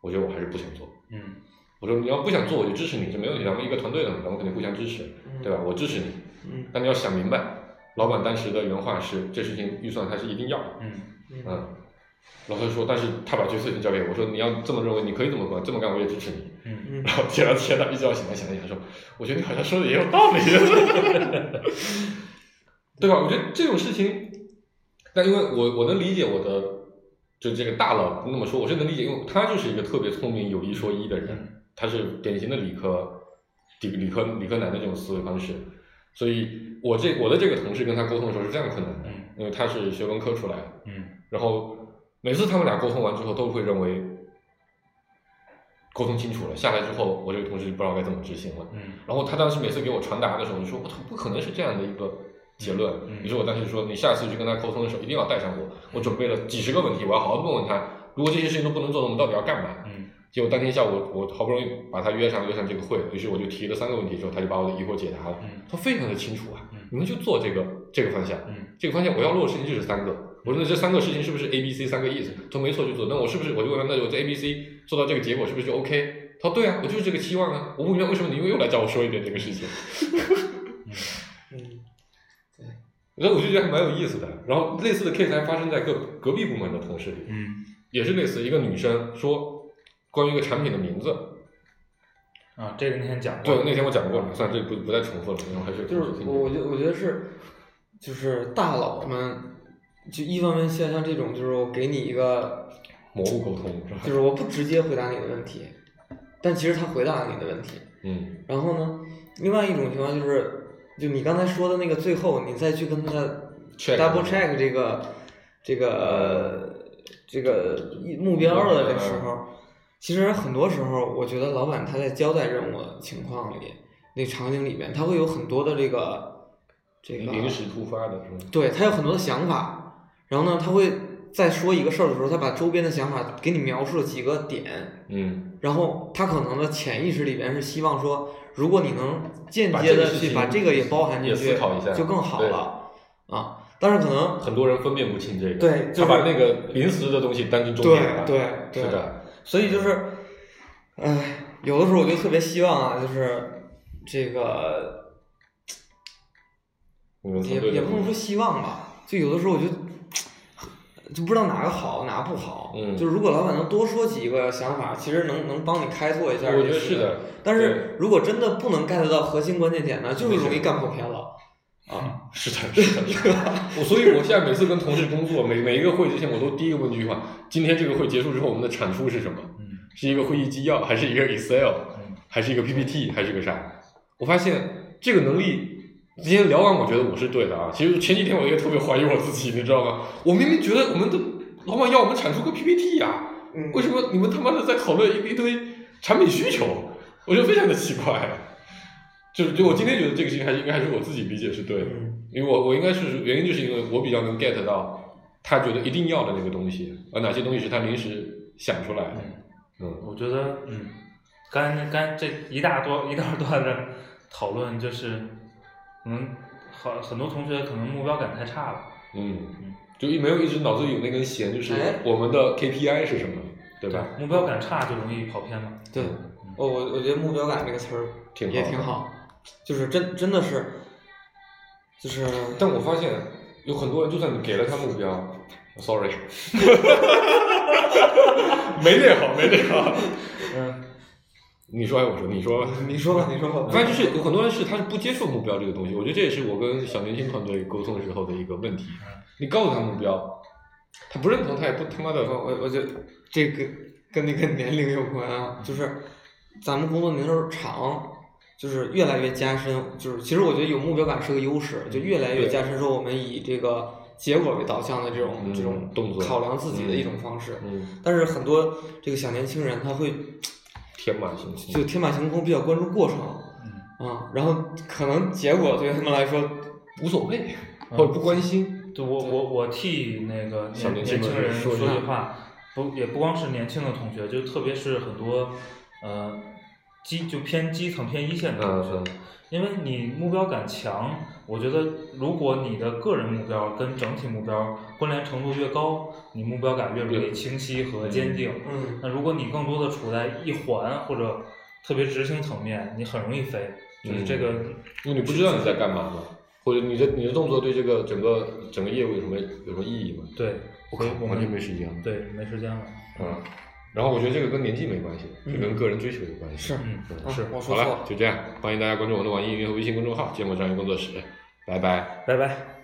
Speaker 4: 我觉得我还是不想做。
Speaker 3: 嗯
Speaker 4: 我说你要不想做，我就支持你，这没问题，咱们一个团队的嘛，咱们肯定互相支持，
Speaker 3: 嗯
Speaker 4: 对吧？？我支持你，
Speaker 2: 嗯，
Speaker 4: 但你要想明白，老板当时的原话是，这事情预算他是一定要的，
Speaker 3: 嗯
Speaker 4: 嗯，然后他说，但是他把决策权交给我，我说你要这么认为，你可以这么干，这么干我也支持你。
Speaker 3: 嗯
Speaker 2: 嗯
Speaker 4: 然后天啊天啊，一觉醒来想了想说，我觉得你好像说的也有道理，对吧？我觉得这种事情，但因为我我能理解我的，就这个大佬那么说，我是能理解，因为他就是一个特别聪明、有一说一的人，他是典型的理科理理科理科男的这种思维方式，所以我这我的这个同事跟他沟通的时候是这样困难的，
Speaker 3: 嗯
Speaker 4: 因为他是学文科出来的。
Speaker 3: 嗯
Speaker 4: 然后每次他们俩沟通完之后，都会认为沟通清楚了，下来之后，我这个同事就不知道该怎么执行了。
Speaker 3: 嗯
Speaker 4: 然后他当时每次给我传达的时候，我就说我操，不可能是这样的一个结论。
Speaker 3: 嗯
Speaker 4: 于是我当时说，你下次去跟他沟通的时候，一定要带上我。我准备了几十个问题，我要好好问问他，如果这些事情都不能做，我们到底要干嘛？
Speaker 3: 嗯
Speaker 4: 结果当天下午，我好不容易把他约上，约上这个会，于是我就提了三个问题之后，他就把我的疑惑解答了。
Speaker 3: 嗯
Speaker 4: 他非常的清楚啊
Speaker 3: 嗯，
Speaker 4: 你们就做这个这个方向，
Speaker 3: 嗯
Speaker 4: 这个方向我要落实的就是三个。我说那这三个事情是不是 A、B、C 三个意思？他说没错就做。那我是不是我就问他，那我这 A、B、C 做到这个结果是不是就 OK？他说对啊，我就是这个期望啊。我不明白为什么你又又来找我说一遍这个事情，
Speaker 2: 嗯，
Speaker 4: 然后我就觉得还蛮有意思的。然后类似的 case 还发生在隔隔壁部门的同事里，
Speaker 3: 嗯
Speaker 4: 也是类似一个女生说关于一个产品的名字，
Speaker 3: 啊，这个那天讲过，
Speaker 4: 对那天我讲过了，算了这不不再重复了，因为我还是
Speaker 2: 就是我我觉我觉得是，就是大佬们，就一般问像像这种，就是我给你一个，
Speaker 4: 模糊沟通是吧？
Speaker 2: 就是我不直接回答你的问题，但其实他回答了你的问题。
Speaker 4: 嗯
Speaker 2: 然后呢，另外一种情况就是，就你刚才说的那个，最后你再去跟他
Speaker 4: Check
Speaker 2: double check 这个这个这个目标的这时
Speaker 4: 嗯
Speaker 2: 候，其实很多时候，我觉得老板他在交代任务的情况里，那场景里面，他会有很多的这个这个
Speaker 4: 临时突发的是吧？
Speaker 2: 对他有很多的想法，然后呢，他会在说一个事儿的时候，他把周边的想法给你描述了几个点，
Speaker 4: 嗯
Speaker 2: 然后他可能的潜意识里边是希望说，如果你能间
Speaker 4: 把
Speaker 2: 接
Speaker 4: 这个
Speaker 2: 的
Speaker 4: 事
Speaker 2: 去
Speaker 4: 情
Speaker 2: 把这个也包含进
Speaker 4: 也
Speaker 2: 去，
Speaker 4: 思考一下
Speaker 2: 就更好
Speaker 4: 对
Speaker 2: 了啊。但是可能
Speaker 4: 很多人分辨不清这个，
Speaker 2: 对就是
Speaker 4: 他把那个临时的东西当成重
Speaker 2: 对
Speaker 4: 点了，
Speaker 2: 对对，
Speaker 4: 是的，
Speaker 2: 所以就是，唉，有的时候我就特别希望啊，就是这个
Speaker 4: 我们从
Speaker 2: 也
Speaker 4: 对
Speaker 2: 也
Speaker 4: 的
Speaker 2: 不能说希望吧，就有的时候我就就不知道哪个好哪个不好。
Speaker 4: 嗯
Speaker 2: 就如果老板能多说几个想法，其实能能帮你开拓一下。
Speaker 4: 我觉得是。的，
Speaker 2: 但是如果真的不能 get 到核心关键点呢，就是容易干破偏了。啊，
Speaker 4: 是的，是的，是的。我 所以，我现在每次跟同事工作，每每一个会之前，我都第一个问句话：今天这个会结束之后，我们的产出是什么？
Speaker 3: 嗯
Speaker 4: 是一个会议纪要，还是一个 Excel，
Speaker 3: 嗯
Speaker 4: 还是一个 PPT，还是一个啥？我发现这个能力。今天聊完，我觉得我是对的啊。其实前几天我也特别怀疑我自己，你知道吗？我明明觉得我们的老板要我们产出个 PPT 呀、
Speaker 2: 嗯
Speaker 4: 为什么你们他妈的在讨论一一堆产品需求？我觉得非常的奇怪。就是就我今天觉得这个事情还是应该还是我自己理解是对的，
Speaker 2: 嗯
Speaker 4: 因为我我应该是原因就是因为我比较能 get 到他觉得一定要的那个东西，而哪些东西是他临时想出来的。
Speaker 3: 嗯，
Speaker 4: 嗯
Speaker 3: 我觉得嗯，刚刚这一大多一大段的讨论就是，可能好很多同学可能目标感太差了，
Speaker 4: 嗯，就一没有一直脑子里有那根弦，就是
Speaker 2: 哎
Speaker 4: 我们的 KPI 是什么，对吧？
Speaker 3: 目标感差就容易跑偏嘛。
Speaker 2: 对，我我我觉得目标感这个词儿
Speaker 4: 嗯挺好
Speaker 2: 也
Speaker 4: 的
Speaker 2: 挺好，就是真真的是，就是
Speaker 4: 但我发现有很多人，就算你给了他目标，sorry，没练好，没练好。
Speaker 3: 嗯
Speaker 4: 你说还哎是我说？你说吧。
Speaker 2: 嗯你说吧，你说吧，
Speaker 4: 反正就是有很多人是他是不接受目标这个东西，我觉得这也是我跟小年轻团队沟通时候的一个问题
Speaker 3: 嗯。
Speaker 4: 你告诉他目标，他不认同，他也不他妈的
Speaker 2: 我我我觉得这个跟那个年龄有关啊，就是咱们工作年头长，就是越来越加深，就是其实我觉得有目标感是个优势，就越来越加深说我们以这个结果为导向的这种、
Speaker 4: 嗯
Speaker 2: 这种
Speaker 4: 动作
Speaker 2: 考量自己的一种方式。
Speaker 4: 嗯
Speaker 2: 但是很多这个小年轻人他会
Speaker 4: 天马行
Speaker 2: 就
Speaker 4: 空。
Speaker 2: 天马行空，比较关注过程
Speaker 3: 嗯
Speaker 2: 啊，然后可能结果对他们来说
Speaker 4: 无所谓，或者不关心。
Speaker 3: 对我我我替那个
Speaker 4: 小
Speaker 3: 年
Speaker 4: 年
Speaker 3: 年
Speaker 4: 轻
Speaker 3: 轻
Speaker 4: 们
Speaker 3: 人
Speaker 4: 说
Speaker 3: 说
Speaker 4: 一
Speaker 3: 句
Speaker 4: 下
Speaker 3: 话，不也不光是年轻的同学，就特别是很多呃基就偏基层偏一线的同学，
Speaker 4: 嗯嗯
Speaker 3: 因为你目标感强，我觉得如果你的个人目标跟整体目标关联程度越高，你目标感越容易
Speaker 4: 对
Speaker 3: 清晰和坚定。
Speaker 2: 嗯
Speaker 3: 那如果你更多的处在一环或者特别执行层面，你很容易飞，就是
Speaker 4: 嗯
Speaker 3: 这个。
Speaker 4: 因为你不知道你在干嘛嘛，或者你的你的动作对这个整个整个业务有什么有什么意义吗？
Speaker 3: 对，所以我
Speaker 4: 完
Speaker 3: 们
Speaker 4: 全没时间了。
Speaker 3: 对没时间了。
Speaker 4: 嗯，然后我觉得这个跟年纪没关系，
Speaker 2: 嗯
Speaker 4: 这跟个人追求有关系。
Speaker 2: 是
Speaker 3: 嗯，
Speaker 4: 嗯
Speaker 3: 是
Speaker 2: 啊，我
Speaker 4: 好
Speaker 2: 说错
Speaker 4: 了
Speaker 2: 了，，
Speaker 4: 就这样，欢迎大家关注我们的网易云和微信公众号“芥末章鱼工作室”，拜拜。
Speaker 3: 拜拜。